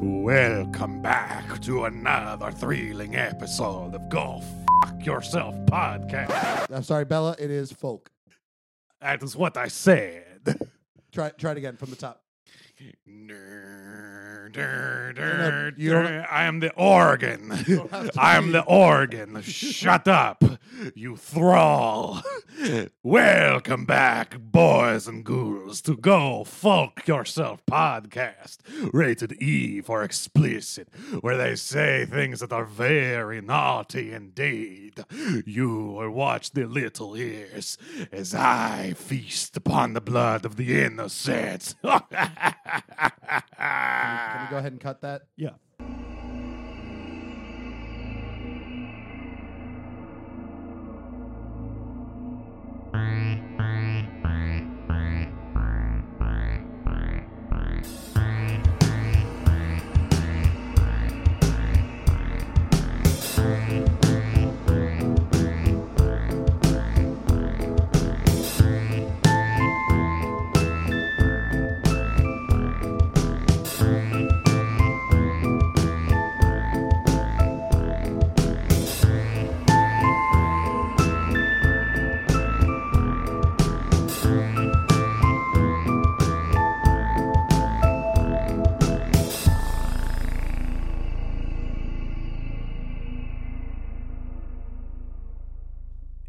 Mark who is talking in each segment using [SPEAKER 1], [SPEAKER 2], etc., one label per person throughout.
[SPEAKER 1] Welcome back to another thrilling episode of Go Fuck Yourself podcast.
[SPEAKER 2] I'm sorry, Bella. It is folk.
[SPEAKER 1] That is what I said.
[SPEAKER 2] Try try it again from the top.
[SPEAKER 1] Dur, dur,
[SPEAKER 2] no,
[SPEAKER 1] dur,
[SPEAKER 2] you don't-
[SPEAKER 1] dur. I am the organ.
[SPEAKER 2] have to
[SPEAKER 1] I am
[SPEAKER 2] breathe.
[SPEAKER 1] the organ. Shut up, you thrall. Welcome back, boys and ghouls, to Go Folk Yourself podcast, rated E for explicit, where they say things that are very naughty indeed. You will watch the little ears as I feast upon the blood of the innocent. Oh,
[SPEAKER 2] Can we go ahead and cut that?
[SPEAKER 3] Yeah.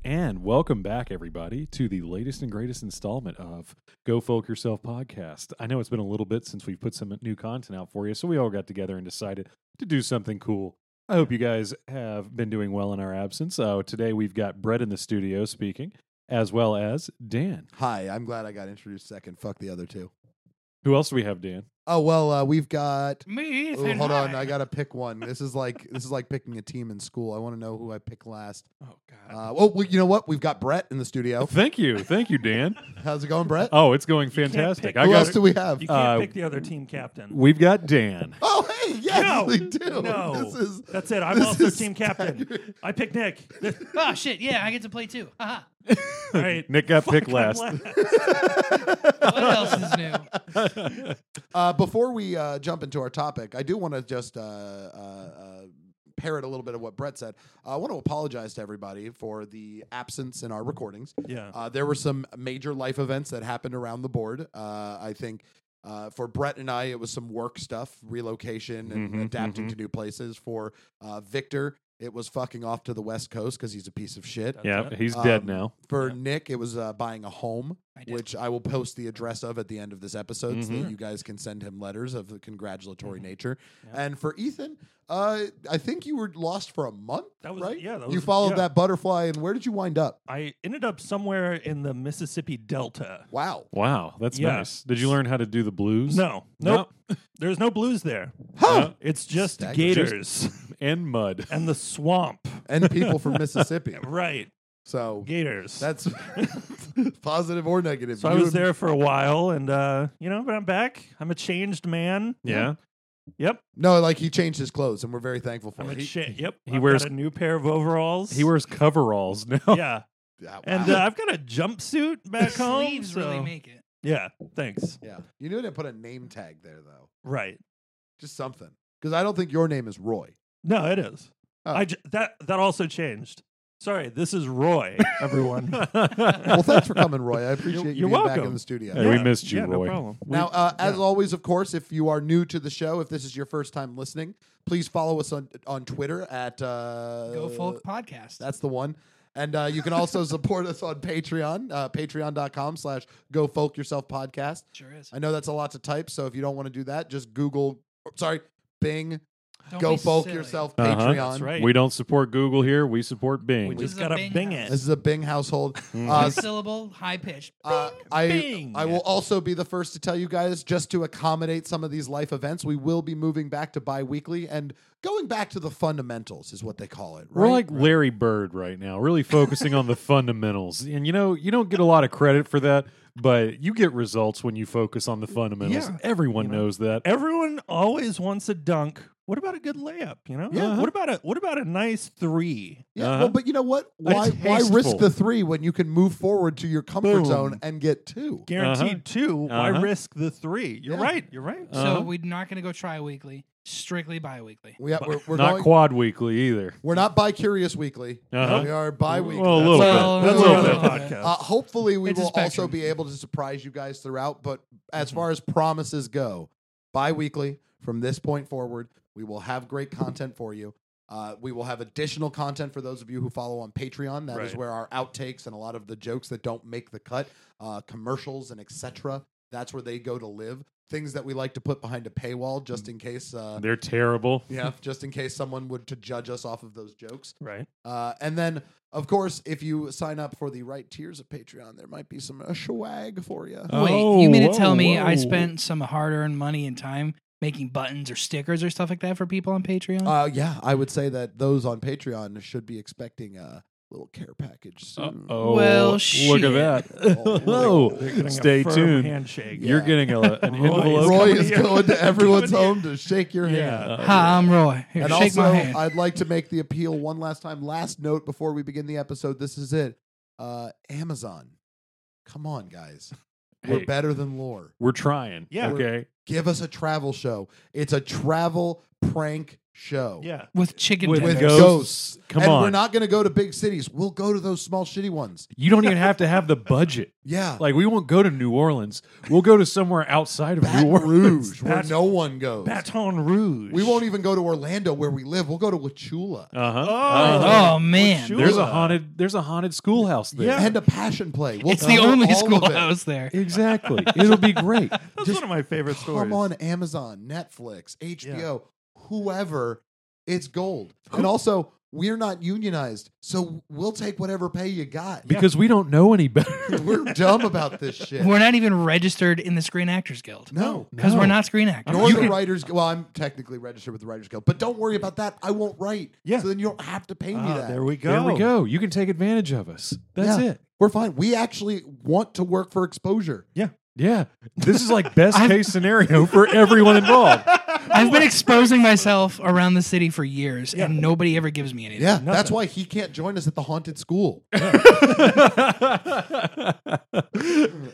[SPEAKER 3] And welcome back, everybody, to the latest and greatest installment of Go Folk Yourself podcast. I know it's been a little bit since we've put some new content out for you, so we all got together and decided to do something cool. I hope you guys have been doing well in our absence. Uh, today we've got Brett in the studio speaking, as well as Dan.
[SPEAKER 2] Hi. I'm glad I got introduced second. Fuck the other two.
[SPEAKER 3] Who else do we have, Dan?
[SPEAKER 2] Oh well, uh, we've got.
[SPEAKER 1] Me,
[SPEAKER 2] Ooh, hold on, I gotta pick one. This is like this is like picking a team in school. I want to know who I pick last.
[SPEAKER 1] Oh God.
[SPEAKER 2] Uh, oh, well, you know what? We've got Brett in the studio.
[SPEAKER 3] Oh, Thank you. Thank you, Dan.
[SPEAKER 2] How's it going, Brett?
[SPEAKER 3] Oh, it's going
[SPEAKER 4] You can't
[SPEAKER 3] fantastic.
[SPEAKER 4] pick-
[SPEAKER 3] I
[SPEAKER 2] who else
[SPEAKER 3] got,
[SPEAKER 2] do we have?
[SPEAKER 4] You can't
[SPEAKER 3] Uh,
[SPEAKER 4] pick the other team captain.
[SPEAKER 3] we've got Dan.
[SPEAKER 2] oh, hey, yes,
[SPEAKER 4] No,
[SPEAKER 2] we do.
[SPEAKER 4] no.
[SPEAKER 2] This is
[SPEAKER 4] That's it. I'm
[SPEAKER 2] this
[SPEAKER 4] also
[SPEAKER 2] is
[SPEAKER 4] team captain. I pick Nick.
[SPEAKER 5] Oh shit! Yeah, I get to play too. Haha.
[SPEAKER 4] All right.
[SPEAKER 3] Nick got
[SPEAKER 4] Fuck,
[SPEAKER 3] picked
[SPEAKER 4] I'm
[SPEAKER 3] last.
[SPEAKER 5] What else is new?
[SPEAKER 2] Uh, before we uh, jump into our topic, I do want to just uh, uh, uh, parrot a little bit of what Brett said. Uh, I want to apologize to everybody for the absence in our recordings.
[SPEAKER 4] Yeah.
[SPEAKER 2] Uh, there were some major life events that happened around the board. Uh, I think uh, for Brett and I, it was some work stuff, relocation and
[SPEAKER 3] Mhm,
[SPEAKER 2] adapting
[SPEAKER 3] mhm.
[SPEAKER 2] to new places. For uh, Victor, it was fucking off to the West Coast because he's a piece of shit.
[SPEAKER 4] That's
[SPEAKER 3] Yeah,
[SPEAKER 4] it.
[SPEAKER 3] he's dead
[SPEAKER 2] Um,
[SPEAKER 3] now.
[SPEAKER 2] For
[SPEAKER 4] Yeah.
[SPEAKER 2] Nick, it was uh, buying a home,
[SPEAKER 5] I did.
[SPEAKER 2] which I will post the address of at the end of this episode so
[SPEAKER 4] Mm-hmm.
[SPEAKER 2] that you guys can send him letters of the congratulatory nature.
[SPEAKER 4] Yeah.
[SPEAKER 2] And for Ethan, uh, I think you were lost for a month,
[SPEAKER 4] That was-
[SPEAKER 2] right?
[SPEAKER 4] yeah, that
[SPEAKER 2] you
[SPEAKER 4] was-
[SPEAKER 2] followed
[SPEAKER 4] yeah.
[SPEAKER 2] that butterfly, and where did you wind up?
[SPEAKER 4] I ended up somewhere in the Mississippi Delta.
[SPEAKER 2] Wow.
[SPEAKER 3] Wow, that's
[SPEAKER 4] Yeah.
[SPEAKER 3] nice. Did you learn how to do the blues?
[SPEAKER 4] No. Nope.
[SPEAKER 3] Nope.
[SPEAKER 4] There's no blues there.
[SPEAKER 2] Huh.
[SPEAKER 4] It's just
[SPEAKER 2] Staggering.
[SPEAKER 4] gators
[SPEAKER 3] And mud.
[SPEAKER 4] and the swamp.
[SPEAKER 2] and people from Mississippi.
[SPEAKER 4] Right.
[SPEAKER 2] So
[SPEAKER 4] Gators.
[SPEAKER 2] that's positive or negative.
[SPEAKER 4] so I
[SPEAKER 2] You
[SPEAKER 4] was there for a while and uh, you know, but I'm back. I'm a changed man.
[SPEAKER 3] Yeah.
[SPEAKER 4] Yep.
[SPEAKER 2] No, like he changed his clothes, and we're very thankful for
[SPEAKER 4] I'm
[SPEAKER 2] it.
[SPEAKER 4] a
[SPEAKER 2] He-
[SPEAKER 4] cha- yep.
[SPEAKER 3] he
[SPEAKER 4] I've got
[SPEAKER 3] wears-
[SPEAKER 4] a new pair of overalls.
[SPEAKER 3] He wears coveralls now.
[SPEAKER 4] Yeah.
[SPEAKER 2] Yeah,
[SPEAKER 4] And
[SPEAKER 2] wow.
[SPEAKER 4] uh, I've got a jumpsuit back home.
[SPEAKER 5] Sleeves really
[SPEAKER 4] so-
[SPEAKER 5] make it.
[SPEAKER 4] Yeah. Thanks.
[SPEAKER 2] yeah, you knew to put a name tag there though,
[SPEAKER 4] Right.
[SPEAKER 2] just something, because I don't think your name is Roy.
[SPEAKER 4] No, it is.
[SPEAKER 2] Oh.
[SPEAKER 4] I j- that that also changed. Sorry, this is Roy. Everyone,
[SPEAKER 2] Well, thanks for coming, Roy. I appreciate
[SPEAKER 4] You're-
[SPEAKER 2] you
[SPEAKER 4] you're
[SPEAKER 2] being back in
[SPEAKER 4] welcome.
[SPEAKER 2] the studio.
[SPEAKER 3] Hey, we missed you,
[SPEAKER 4] yeah,
[SPEAKER 3] Roy.
[SPEAKER 4] No problem. We-
[SPEAKER 2] Now, uh, as
[SPEAKER 4] yeah.
[SPEAKER 2] always, of course, if you are new to the show, if this is your first time listening, please follow us on on Twitter at uh,
[SPEAKER 5] Go Folk podcast.
[SPEAKER 2] That's the one. And uh, you can also support us on Patreon, uh, patreon.com slash go folk yourself podcast.
[SPEAKER 5] sure is.
[SPEAKER 2] I know that's a lot to type, so if you don't want to do that, just Google, sorry, Bing,
[SPEAKER 5] Don't
[SPEAKER 2] go
[SPEAKER 5] be
[SPEAKER 2] folk
[SPEAKER 5] silly.
[SPEAKER 2] yourself
[SPEAKER 3] Uh-huh.
[SPEAKER 2] Patreon.
[SPEAKER 4] that's right.
[SPEAKER 3] We don't support Google here. We support Bing.
[SPEAKER 4] we
[SPEAKER 5] This
[SPEAKER 4] just
[SPEAKER 5] is a
[SPEAKER 4] gotta
[SPEAKER 5] bing
[SPEAKER 4] bing
[SPEAKER 5] house.
[SPEAKER 4] it.
[SPEAKER 2] This is a Bing household. Uh,
[SPEAKER 5] One syllable, high pitched.
[SPEAKER 2] Uh, I
[SPEAKER 4] Bing.
[SPEAKER 2] I will also be the first to tell you guys just to accommodate some of these life events, we will be moving back to bi-weekly and going back to the fundamentals is what they call it.
[SPEAKER 3] We're
[SPEAKER 2] right?
[SPEAKER 3] like Larry Bird right now, really focusing on the fundamentals. And you know, you don't get a lot of credit for that, but you get results when you focus on the fundamentals.
[SPEAKER 4] Yeah.
[SPEAKER 3] Everyone
[SPEAKER 4] You know.
[SPEAKER 3] knows that.
[SPEAKER 4] Everyone always wants a dunk What about a good layup? You know,
[SPEAKER 3] Yeah.
[SPEAKER 4] what about a what about a nice three?
[SPEAKER 2] Yeah,
[SPEAKER 3] Uh-huh.
[SPEAKER 2] well, but you know what? Why why risk
[SPEAKER 3] tasteful.
[SPEAKER 2] the three when you can move forward to your comfort
[SPEAKER 4] Boom.
[SPEAKER 2] zone and get two?
[SPEAKER 4] Guaranteed two. Why
[SPEAKER 3] Uh-huh.
[SPEAKER 4] risk the three? You're
[SPEAKER 2] Yeah.
[SPEAKER 4] right. You're right.
[SPEAKER 5] So
[SPEAKER 3] Uh-huh.
[SPEAKER 5] we're not going to go tri weekly, strictly bi weekly.
[SPEAKER 2] We, are we're
[SPEAKER 3] Not
[SPEAKER 2] going.
[SPEAKER 3] quad weekly either.
[SPEAKER 2] We're not bi-curious weekly.
[SPEAKER 3] Uh-huh.
[SPEAKER 2] We are bi-weekly.
[SPEAKER 3] Well, a little
[SPEAKER 5] Well,
[SPEAKER 3] bit.
[SPEAKER 4] That's
[SPEAKER 3] a little
[SPEAKER 4] another
[SPEAKER 3] bit.
[SPEAKER 4] podcast.
[SPEAKER 2] Uh, hopefully, we
[SPEAKER 5] It's a
[SPEAKER 2] will also
[SPEAKER 5] spectrum.
[SPEAKER 2] be able to surprise you guys throughout. But as far as promises go, bi weekly from this point forward, we will have great content for you. Uh, we will have additional content for those of you who follow on Patreon. That is
[SPEAKER 4] Right.
[SPEAKER 2] where our outtakes and a lot of the jokes that don't make the cut, uh, commercials and etc. That's where they go to live. Things that we like to put behind a paywall, just in case. Uh,
[SPEAKER 3] They're terrible.
[SPEAKER 2] yeah, just in case someone would to judge us off of those jokes.
[SPEAKER 4] right.
[SPEAKER 2] Uh, and then, of course, if you sign up for the right tiers of Patreon, there might be some uh, swag for you.
[SPEAKER 3] Uh,
[SPEAKER 5] Wait,
[SPEAKER 3] Oh,
[SPEAKER 5] you mean to
[SPEAKER 3] whoa,
[SPEAKER 5] tell me
[SPEAKER 3] whoa.
[SPEAKER 5] I spent some hard earned money and time making buttons or stickers or stuff like that for people on Patreon?
[SPEAKER 2] Uh, yeah, I would say that those on Patreon should be expecting a little care package soon.
[SPEAKER 3] Oh,
[SPEAKER 5] Well,
[SPEAKER 3] look
[SPEAKER 5] shit.
[SPEAKER 3] at that.
[SPEAKER 2] Oh,
[SPEAKER 3] Whoa.
[SPEAKER 4] They're getting a
[SPEAKER 3] Stay
[SPEAKER 4] firm
[SPEAKER 3] tuned.
[SPEAKER 4] Handshake.
[SPEAKER 3] You're
[SPEAKER 2] Yeah.
[SPEAKER 3] getting a, an
[SPEAKER 4] Roy is
[SPEAKER 3] envelope.
[SPEAKER 2] Roy
[SPEAKER 4] coming
[SPEAKER 2] is
[SPEAKER 4] here.
[SPEAKER 2] going to everyone's
[SPEAKER 4] Coming
[SPEAKER 2] home to shake your hand.
[SPEAKER 4] Yeah.
[SPEAKER 5] Hi, I'm Roy. Here,
[SPEAKER 2] And
[SPEAKER 5] shake
[SPEAKER 2] also,
[SPEAKER 5] my hand.
[SPEAKER 2] I'd like to make the appeal one last time. Last note before we begin the episode. This is it. Uh, Amazon, come on, guys. We're
[SPEAKER 3] Hey.
[SPEAKER 2] better than lore.
[SPEAKER 3] We're trying.
[SPEAKER 4] Yeah.
[SPEAKER 3] Okay.
[SPEAKER 2] Give us a travel show. It's a travel prank show.
[SPEAKER 4] Yeah.
[SPEAKER 5] with chicken
[SPEAKER 3] With
[SPEAKER 2] with
[SPEAKER 5] tenders.
[SPEAKER 3] ghosts.
[SPEAKER 2] ghosts.
[SPEAKER 3] Come
[SPEAKER 2] and
[SPEAKER 3] on.
[SPEAKER 2] we're not going to go to big cities. We'll go to those small shitty ones.
[SPEAKER 3] You don't even have to have the budget.
[SPEAKER 2] Yeah,
[SPEAKER 3] Like we won't go to New Orleans. We'll go to somewhere outside of New
[SPEAKER 2] Baton
[SPEAKER 3] Orleans.
[SPEAKER 2] Rouge, where
[SPEAKER 4] Baton-
[SPEAKER 2] no one goes.
[SPEAKER 4] Baton Rouge.
[SPEAKER 2] We won't even go to Orlando, where we live. We'll go to Wachula
[SPEAKER 3] Uh huh.
[SPEAKER 5] Oh, man.
[SPEAKER 4] Sure.
[SPEAKER 3] There's a haunted. There's a haunted schoolhouse there.
[SPEAKER 4] Yeah.
[SPEAKER 2] and a passion play. We'll
[SPEAKER 5] It's the
[SPEAKER 2] cover
[SPEAKER 5] only
[SPEAKER 2] all of it.
[SPEAKER 5] schoolhouse there.
[SPEAKER 3] Exactly. It'll be great.
[SPEAKER 4] That's
[SPEAKER 2] Just
[SPEAKER 4] one of my favorite stories.
[SPEAKER 2] Come on, Amazon, Netflix, HBO, whoever. It's gold.
[SPEAKER 4] Who-
[SPEAKER 2] And also, we're not unionized, so we'll take whatever pay you got.
[SPEAKER 3] Because we don't know any better.
[SPEAKER 2] We're dumb about this shit.
[SPEAKER 5] We're not even registered in the Screen Actors Guild Oh.
[SPEAKER 2] no.
[SPEAKER 5] because
[SPEAKER 3] No.
[SPEAKER 5] we're not Screen Actors.
[SPEAKER 2] Nor
[SPEAKER 3] You
[SPEAKER 2] the
[SPEAKER 3] can-
[SPEAKER 2] writers. Well, I'm technically registered with the Writers Guild, but don't worry about that. I won't write.
[SPEAKER 4] Yeah.
[SPEAKER 2] So then you don't have to pay me
[SPEAKER 4] Ah,
[SPEAKER 2] that.
[SPEAKER 4] there we go.
[SPEAKER 3] There we go. You can take advantage of us. That's
[SPEAKER 2] Yeah.
[SPEAKER 3] it.
[SPEAKER 2] We're fine. We actually want to work for exposure.
[SPEAKER 3] Yeah. This is like best case scenario for everyone involved.
[SPEAKER 5] I've been exposing myself around the city for years,
[SPEAKER 4] Yeah.
[SPEAKER 5] and nobody ever gives me anything.
[SPEAKER 2] Yeah. That's why he can't join us at the haunted school.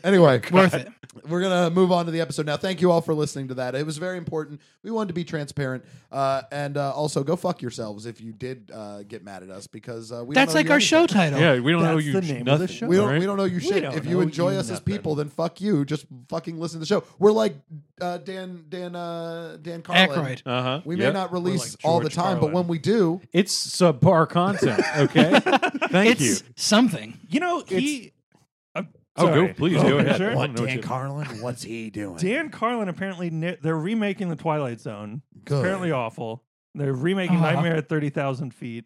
[SPEAKER 2] anyway,
[SPEAKER 5] Worth it.
[SPEAKER 2] we're gonna move on to the episode now. Thank you all for listening to that. It was very important. We wanted to be transparent, uh, and uh, also go fuck yourselves if you did uh, get mad at us because uh, we. don't
[SPEAKER 5] That's
[SPEAKER 2] owe
[SPEAKER 5] like
[SPEAKER 2] you
[SPEAKER 5] our
[SPEAKER 2] anything.
[SPEAKER 5] show title.
[SPEAKER 3] yeah, we don't know
[SPEAKER 4] That's
[SPEAKER 3] you
[SPEAKER 4] the
[SPEAKER 3] sh-
[SPEAKER 4] name
[SPEAKER 3] nothing.
[SPEAKER 4] of the show.
[SPEAKER 2] We don't,
[SPEAKER 3] right?
[SPEAKER 2] we don't know you
[SPEAKER 4] We
[SPEAKER 2] shit.
[SPEAKER 4] don't
[SPEAKER 2] If
[SPEAKER 4] know
[SPEAKER 2] you enjoy
[SPEAKER 4] you
[SPEAKER 2] us as
[SPEAKER 4] nothing.
[SPEAKER 2] people, then fuck you. Just fucking listen to the show. We're like uh, Dan Dan uh, Dan Carlin.
[SPEAKER 5] Aykroyd.
[SPEAKER 3] uh-huh.
[SPEAKER 2] We
[SPEAKER 3] Yep.
[SPEAKER 2] may not release
[SPEAKER 4] like
[SPEAKER 2] all the
[SPEAKER 4] George
[SPEAKER 2] time, but
[SPEAKER 4] Carlin.
[SPEAKER 2] when we do,
[SPEAKER 3] It's subpar content. Okay. Thank
[SPEAKER 5] it's
[SPEAKER 3] you.
[SPEAKER 5] something.
[SPEAKER 4] You know, he. I'm
[SPEAKER 3] Oh, go-
[SPEAKER 4] sorry.
[SPEAKER 3] please, go ahead. I wanna know what you-
[SPEAKER 2] Carlin, what's he doing?
[SPEAKER 4] Dan Carlin apparently ne- they're remaking the Twilight Zone.
[SPEAKER 2] Good.
[SPEAKER 4] Apparently awful. They're remaking
[SPEAKER 5] Uh-huh.
[SPEAKER 4] Nightmare at thirty thousand feet,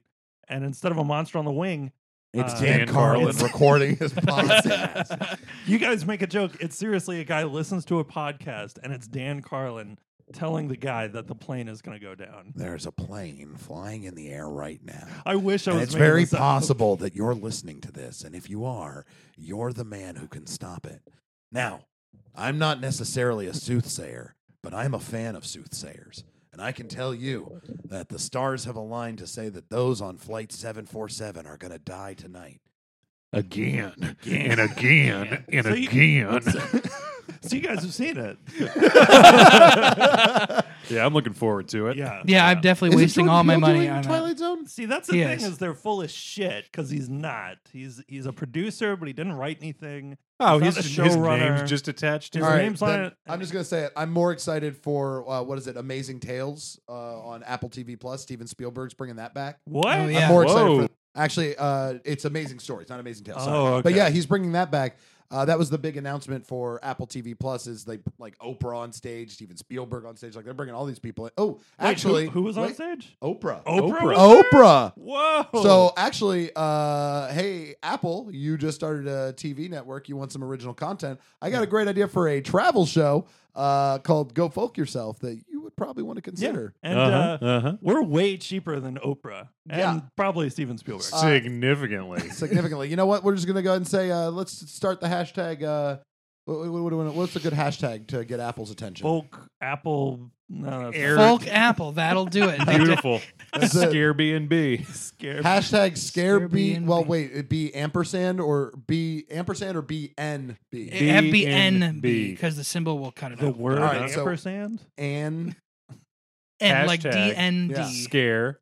[SPEAKER 4] and instead of a monster on the wing,
[SPEAKER 2] it's
[SPEAKER 4] uh,
[SPEAKER 2] Dan,
[SPEAKER 3] Dan
[SPEAKER 2] Carlin
[SPEAKER 4] Carlin.
[SPEAKER 2] recording his podcast.
[SPEAKER 4] you guys make a joke. It's seriously a guy listens to a podcast, and it's Dan Carlin telling the guy that the plane is going to go down.
[SPEAKER 2] There's a plane flying in the air right now.
[SPEAKER 4] I wish I
[SPEAKER 2] And
[SPEAKER 4] was.
[SPEAKER 2] it's
[SPEAKER 4] making
[SPEAKER 2] very
[SPEAKER 4] this up.
[SPEAKER 2] possible that you're listening to this. And if you are, you're the man who can stop it. Now, I'm not necessarily a soothsayer, but I'm a fan of soothsayers. And I can tell you that the stars have aligned to say that those on Flight 747 are going to die tonight.
[SPEAKER 1] Again, and again, and
[SPEAKER 4] So you-
[SPEAKER 1] again.
[SPEAKER 4] So you guys have seen it.
[SPEAKER 3] Yeah, I'm looking forward to it.
[SPEAKER 4] Yeah.
[SPEAKER 5] Yeah, I'm definitely wasting all my money on uh, that.
[SPEAKER 2] Twilight Zone?
[SPEAKER 4] See, that's the
[SPEAKER 5] He
[SPEAKER 4] thing
[SPEAKER 5] is.
[SPEAKER 4] is they're full of shit because he's not. He's he's a producer, but he didn't write anything.
[SPEAKER 3] Oh,
[SPEAKER 4] He's
[SPEAKER 3] his,
[SPEAKER 4] not
[SPEAKER 3] his
[SPEAKER 4] a showrunner.
[SPEAKER 3] name's just attached to
[SPEAKER 4] His
[SPEAKER 3] it.
[SPEAKER 4] All right. name's on it.
[SPEAKER 2] I'm just gonna say it. I'm more excited for uh, what is it? Amazing Tales uh, on Apple TV Plus. Steven Spielberg's bringing that back.
[SPEAKER 4] What?
[SPEAKER 5] Oh,
[SPEAKER 2] I'm
[SPEAKER 5] yeah.
[SPEAKER 2] more excited
[SPEAKER 3] Whoa.
[SPEAKER 2] for actually. Uh, it's Amazing Stories, not Amazing Tales. Sorry.
[SPEAKER 4] Oh, okay.
[SPEAKER 2] But yeah, he's bringing that back. Uh, that was the big announcement for Apple TV Plus. Is they like Oprah on stage, Steven Spielberg on stage, like they're bringing all these people. In. Oh,
[SPEAKER 4] Wait, who-
[SPEAKER 2] actually,
[SPEAKER 4] who, was on
[SPEAKER 2] wait,
[SPEAKER 4] stage? Oh.
[SPEAKER 2] Oprah.
[SPEAKER 4] Oprah.
[SPEAKER 3] Oprah.
[SPEAKER 4] was there?
[SPEAKER 2] Oprah.
[SPEAKER 4] Whoa.
[SPEAKER 2] So actually, uh, hey Apple, you just started a TV network. You want some original content? I got a great idea for a travel show uh, called "Go Folk Yourself" that you would probably want to consider.
[SPEAKER 4] and
[SPEAKER 3] uh-huh,
[SPEAKER 4] uh,
[SPEAKER 3] uh-huh.
[SPEAKER 4] we're way cheaper than Oprah and
[SPEAKER 2] Yeah.
[SPEAKER 4] probably Steven Spielberg.
[SPEAKER 3] Significantly.
[SPEAKER 2] uh, Significantly, you know what? We're just gonna go ahead and say, uh, let's start the hashtag uh, What- what- what- What's a good hashtag to get Apple's attention?
[SPEAKER 4] Folk apple. No, that's
[SPEAKER 1] Air-
[SPEAKER 5] Folk apple, that'll do it. They did-
[SPEAKER 3] Beautiful.
[SPEAKER 2] That's it.
[SPEAKER 3] Scare B and B.
[SPEAKER 4] scare.
[SPEAKER 2] Hashtag scare B.
[SPEAKER 5] Scarebnb.
[SPEAKER 2] Well, wait, it'd be ampersand or B ampersand or B N B
[SPEAKER 5] it had to be NB
[SPEAKER 3] B.
[SPEAKER 5] because the symbol will cut it
[SPEAKER 4] the
[SPEAKER 5] out.
[SPEAKER 4] word
[SPEAKER 2] Alright, so-
[SPEAKER 4] ampersand.
[SPEAKER 2] and
[SPEAKER 5] And like
[SPEAKER 3] Hashtag.
[SPEAKER 5] DND.
[SPEAKER 2] Yeah.
[SPEAKER 3] Scare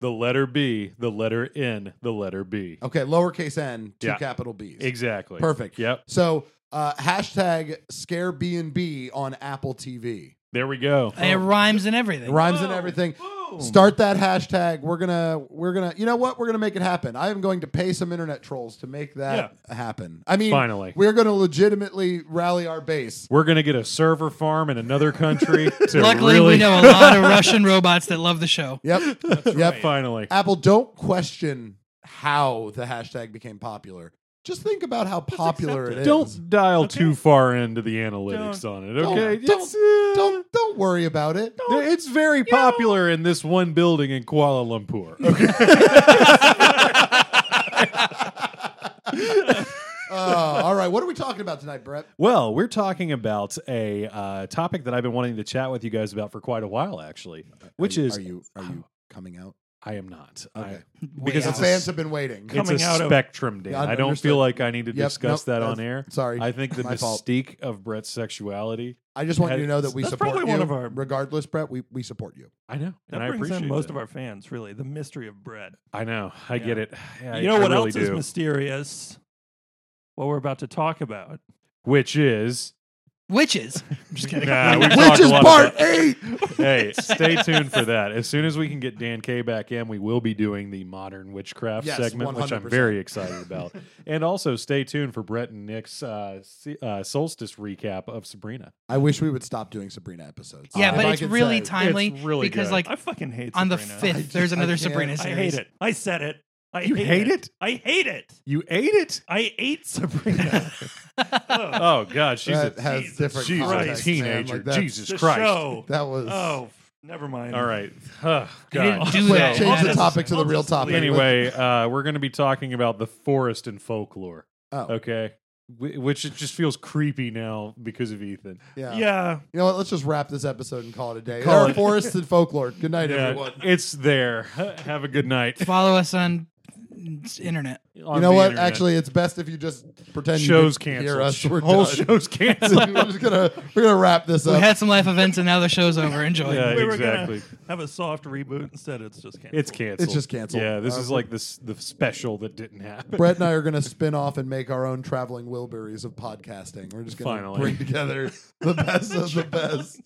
[SPEAKER 3] the letter B, the letter N, the letter B.
[SPEAKER 2] okay, lowercase n, two
[SPEAKER 3] Yeah.
[SPEAKER 2] capital B's.
[SPEAKER 3] Exactly.
[SPEAKER 2] Oh, Perfect.
[SPEAKER 3] Yep.
[SPEAKER 2] So uh, hashtag scare B and B on Apple TV.
[SPEAKER 3] There we go.
[SPEAKER 5] And it rhymes and everything.
[SPEAKER 2] It rhymes and everything. Start that hashtag. We're gonna we're gonna you know what? We're gonna make it happen. I am going to pay some internet trolls to make that happen. I mean
[SPEAKER 3] Finally.
[SPEAKER 2] we're gonna legitimately rally our base.
[SPEAKER 3] We're gonna get a server farm in another country to
[SPEAKER 5] Luckily,
[SPEAKER 3] really
[SPEAKER 5] we know a lot of Russian robots that love the show.
[SPEAKER 2] Yep. yep.
[SPEAKER 3] finally.
[SPEAKER 2] Apple, don't question how the hashtag became popular. Just think about how popular it
[SPEAKER 4] accept
[SPEAKER 2] is.
[SPEAKER 4] it.
[SPEAKER 3] Don't dial
[SPEAKER 4] Okay.
[SPEAKER 3] too far into the analytics
[SPEAKER 4] Don't.
[SPEAKER 3] on it. Okay.
[SPEAKER 2] Don't.
[SPEAKER 3] It's, uh,
[SPEAKER 2] don't don't worry about it.
[SPEAKER 3] It's very popular in this one building in Kuala Lumpur. Okay.
[SPEAKER 2] Uh, all right, what are we talking about tonight, Brett?
[SPEAKER 3] Well, we're talking about a uh, topic that I've been wanting to chat with you guys about for quite a while, actually. Which
[SPEAKER 2] Are you-
[SPEAKER 3] is
[SPEAKER 2] are you are you coming out?
[SPEAKER 3] I am not. I-
[SPEAKER 2] Okay.
[SPEAKER 3] Because
[SPEAKER 5] Way
[SPEAKER 2] The
[SPEAKER 3] it's
[SPEAKER 5] out.
[SPEAKER 3] a
[SPEAKER 2] fans have been waiting.
[SPEAKER 4] Come- Coming
[SPEAKER 3] it's a
[SPEAKER 4] out of-
[SPEAKER 3] spectrum, Dan.
[SPEAKER 2] Yeah,
[SPEAKER 3] I don't
[SPEAKER 2] understood.
[SPEAKER 3] feel like I need to
[SPEAKER 2] Yep,
[SPEAKER 3] discuss
[SPEAKER 2] nope,
[SPEAKER 3] that on
[SPEAKER 2] that's-
[SPEAKER 3] air.
[SPEAKER 2] Sorry,
[SPEAKER 3] I think the
[SPEAKER 2] my fault.
[SPEAKER 3] mystique of Brett's sexuality.
[SPEAKER 2] I just want you to know that we
[SPEAKER 4] That's
[SPEAKER 2] support
[SPEAKER 4] probably
[SPEAKER 2] you.
[SPEAKER 4] one of our-
[SPEAKER 2] Regardless, Brett, we, we support you.
[SPEAKER 3] I know,
[SPEAKER 4] That
[SPEAKER 3] and I
[SPEAKER 4] brings
[SPEAKER 3] appreciate
[SPEAKER 4] in most
[SPEAKER 3] that.
[SPEAKER 4] of our fans. Really, the mystery of bread.
[SPEAKER 3] I know. I
[SPEAKER 4] Yeah.
[SPEAKER 3] get it. I-
[SPEAKER 4] you know
[SPEAKER 3] I
[SPEAKER 4] what
[SPEAKER 3] really
[SPEAKER 4] else
[SPEAKER 3] do.
[SPEAKER 4] is mysterious? What we're about to talk about.
[SPEAKER 3] Which is
[SPEAKER 5] Witches. I'm just kidding.
[SPEAKER 3] Nah, we
[SPEAKER 2] Which
[SPEAKER 3] talked a
[SPEAKER 2] is
[SPEAKER 3] lot
[SPEAKER 2] part
[SPEAKER 3] about-
[SPEAKER 2] eight.
[SPEAKER 3] hey, stay tuned for that. As soon as we can get Dan K back in, we will be doing the modern witchcraft
[SPEAKER 2] Yes,
[SPEAKER 3] segment, which I'm
[SPEAKER 2] 100%.
[SPEAKER 3] very excited about. and also, stay tuned for Brett and Nick's uh, se- uh, solstice recap of Sabrina.
[SPEAKER 2] I wish we would stop doing Sabrina episodes.
[SPEAKER 5] yeah,
[SPEAKER 2] If
[SPEAKER 5] but
[SPEAKER 2] Um, I
[SPEAKER 5] it's
[SPEAKER 2] could
[SPEAKER 5] really
[SPEAKER 2] say-
[SPEAKER 5] timely
[SPEAKER 3] It's really
[SPEAKER 5] because,
[SPEAKER 3] good.
[SPEAKER 5] like,
[SPEAKER 4] I fucking hate
[SPEAKER 5] on the
[SPEAKER 4] Sabrina.
[SPEAKER 5] fifth,
[SPEAKER 2] I just-
[SPEAKER 5] there's another
[SPEAKER 2] I can't-
[SPEAKER 5] Sabrina
[SPEAKER 4] I
[SPEAKER 5] series.
[SPEAKER 4] hate it. I said it. I
[SPEAKER 3] You
[SPEAKER 4] hate,
[SPEAKER 3] hate
[SPEAKER 4] it. I hate it.
[SPEAKER 3] You ate it?
[SPEAKER 4] I ate Sabrina. Ugh.
[SPEAKER 3] Oh God, she's
[SPEAKER 2] that
[SPEAKER 3] a,
[SPEAKER 2] has
[SPEAKER 4] Jesus
[SPEAKER 2] different
[SPEAKER 3] she's a
[SPEAKER 2] context, man.
[SPEAKER 3] teenager.
[SPEAKER 2] Like, that's-
[SPEAKER 3] Jesus
[SPEAKER 4] the
[SPEAKER 3] Christ!
[SPEAKER 4] show.
[SPEAKER 2] That was
[SPEAKER 4] Oh, f- never mind.
[SPEAKER 3] All right, Ugh,
[SPEAKER 5] You didn't
[SPEAKER 3] God.
[SPEAKER 5] do
[SPEAKER 2] Wait,
[SPEAKER 5] that.
[SPEAKER 2] change
[SPEAKER 5] That
[SPEAKER 2] the
[SPEAKER 5] is-
[SPEAKER 2] topic to the
[SPEAKER 4] I'll
[SPEAKER 2] real
[SPEAKER 4] just
[SPEAKER 2] topic.
[SPEAKER 4] leave.
[SPEAKER 3] Anyway, uh, we're going to be talking about the forest and folklore.
[SPEAKER 2] Oh,
[SPEAKER 3] Okay, Wh- which it just feels creepy now because of Ethan.
[SPEAKER 2] yeah.
[SPEAKER 4] Yeah.
[SPEAKER 2] You know what? Let's just wrap this episode and call it a day.
[SPEAKER 3] Call
[SPEAKER 2] There are
[SPEAKER 3] it-
[SPEAKER 2] forests and folklore. Good night,
[SPEAKER 3] Yeah,
[SPEAKER 2] everyone.
[SPEAKER 3] it's there. Have a good night.
[SPEAKER 5] Follow us on internet.
[SPEAKER 2] You know what? Actually, it's best if you just pretend
[SPEAKER 3] shows
[SPEAKER 2] you didn't
[SPEAKER 3] canceled.
[SPEAKER 2] hear us. We're
[SPEAKER 3] Whole
[SPEAKER 2] done.
[SPEAKER 3] shows canceled.
[SPEAKER 2] we're just gonna we're gonna wrap this
[SPEAKER 5] We
[SPEAKER 2] up.
[SPEAKER 5] had some life events, and now the show's over. Enjoy.
[SPEAKER 3] yeah,
[SPEAKER 4] We were
[SPEAKER 3] exactly.
[SPEAKER 4] gonna have a soft reboot instead. It's just canceled.
[SPEAKER 3] It's canceled.
[SPEAKER 2] It's just canceled.
[SPEAKER 3] Yeah, this
[SPEAKER 2] Uh,
[SPEAKER 3] is like this the special that didn't happen.
[SPEAKER 2] Brett and I are gonna spin off and make our own traveling Wilburys of podcasting. We're just gonna
[SPEAKER 3] Finally.
[SPEAKER 2] bring together the best of the best.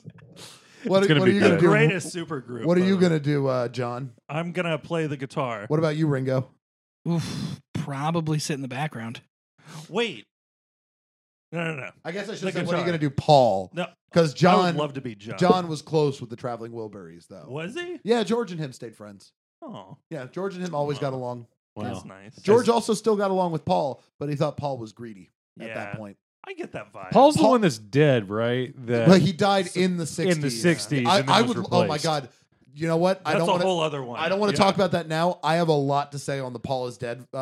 [SPEAKER 2] What,
[SPEAKER 3] It's gonna
[SPEAKER 2] what
[SPEAKER 3] be
[SPEAKER 2] are you gonna
[SPEAKER 3] good.
[SPEAKER 2] do?
[SPEAKER 4] greatest super group.
[SPEAKER 2] What are you gonna do, uh, John?
[SPEAKER 4] I'm gonna play the guitar.
[SPEAKER 2] What about you, Ringo?
[SPEAKER 5] Oof, probably sit in the background.
[SPEAKER 4] Wait. No, no, no.
[SPEAKER 2] I guess I should
[SPEAKER 4] Like
[SPEAKER 2] say,
[SPEAKER 4] a
[SPEAKER 2] what are you
[SPEAKER 4] jar.
[SPEAKER 2] gonna do, Paul?
[SPEAKER 4] No,
[SPEAKER 2] Because
[SPEAKER 4] I would
[SPEAKER 2] John
[SPEAKER 4] love to be John.
[SPEAKER 2] John was close with the traveling Wilburys, though.
[SPEAKER 4] was he?
[SPEAKER 2] Yeah, George and him stayed friends.
[SPEAKER 4] Oh,
[SPEAKER 2] Yeah, George and him always got
[SPEAKER 4] Wow.
[SPEAKER 2] along.
[SPEAKER 3] wow.
[SPEAKER 4] that's nice.
[SPEAKER 2] George also still got along with Paul, but he thought Paul was greedy at
[SPEAKER 4] Yeah.
[SPEAKER 2] that point.
[SPEAKER 4] I get that vibe.
[SPEAKER 3] Paul's the
[SPEAKER 2] Paul-
[SPEAKER 3] one that's dead, right? That
[SPEAKER 2] But he died in the 60s.
[SPEAKER 3] in the 60s.
[SPEAKER 2] I,
[SPEAKER 3] and then
[SPEAKER 2] I
[SPEAKER 3] was
[SPEAKER 2] would Oh my
[SPEAKER 3] replaced.
[SPEAKER 2] god. You know what? I
[SPEAKER 4] That's
[SPEAKER 2] don't
[SPEAKER 4] a
[SPEAKER 2] want to
[SPEAKER 4] whole other one.
[SPEAKER 2] I don't want to
[SPEAKER 4] Yeah.
[SPEAKER 2] talk about that now. I have a lot to say on the Paul is dead uh,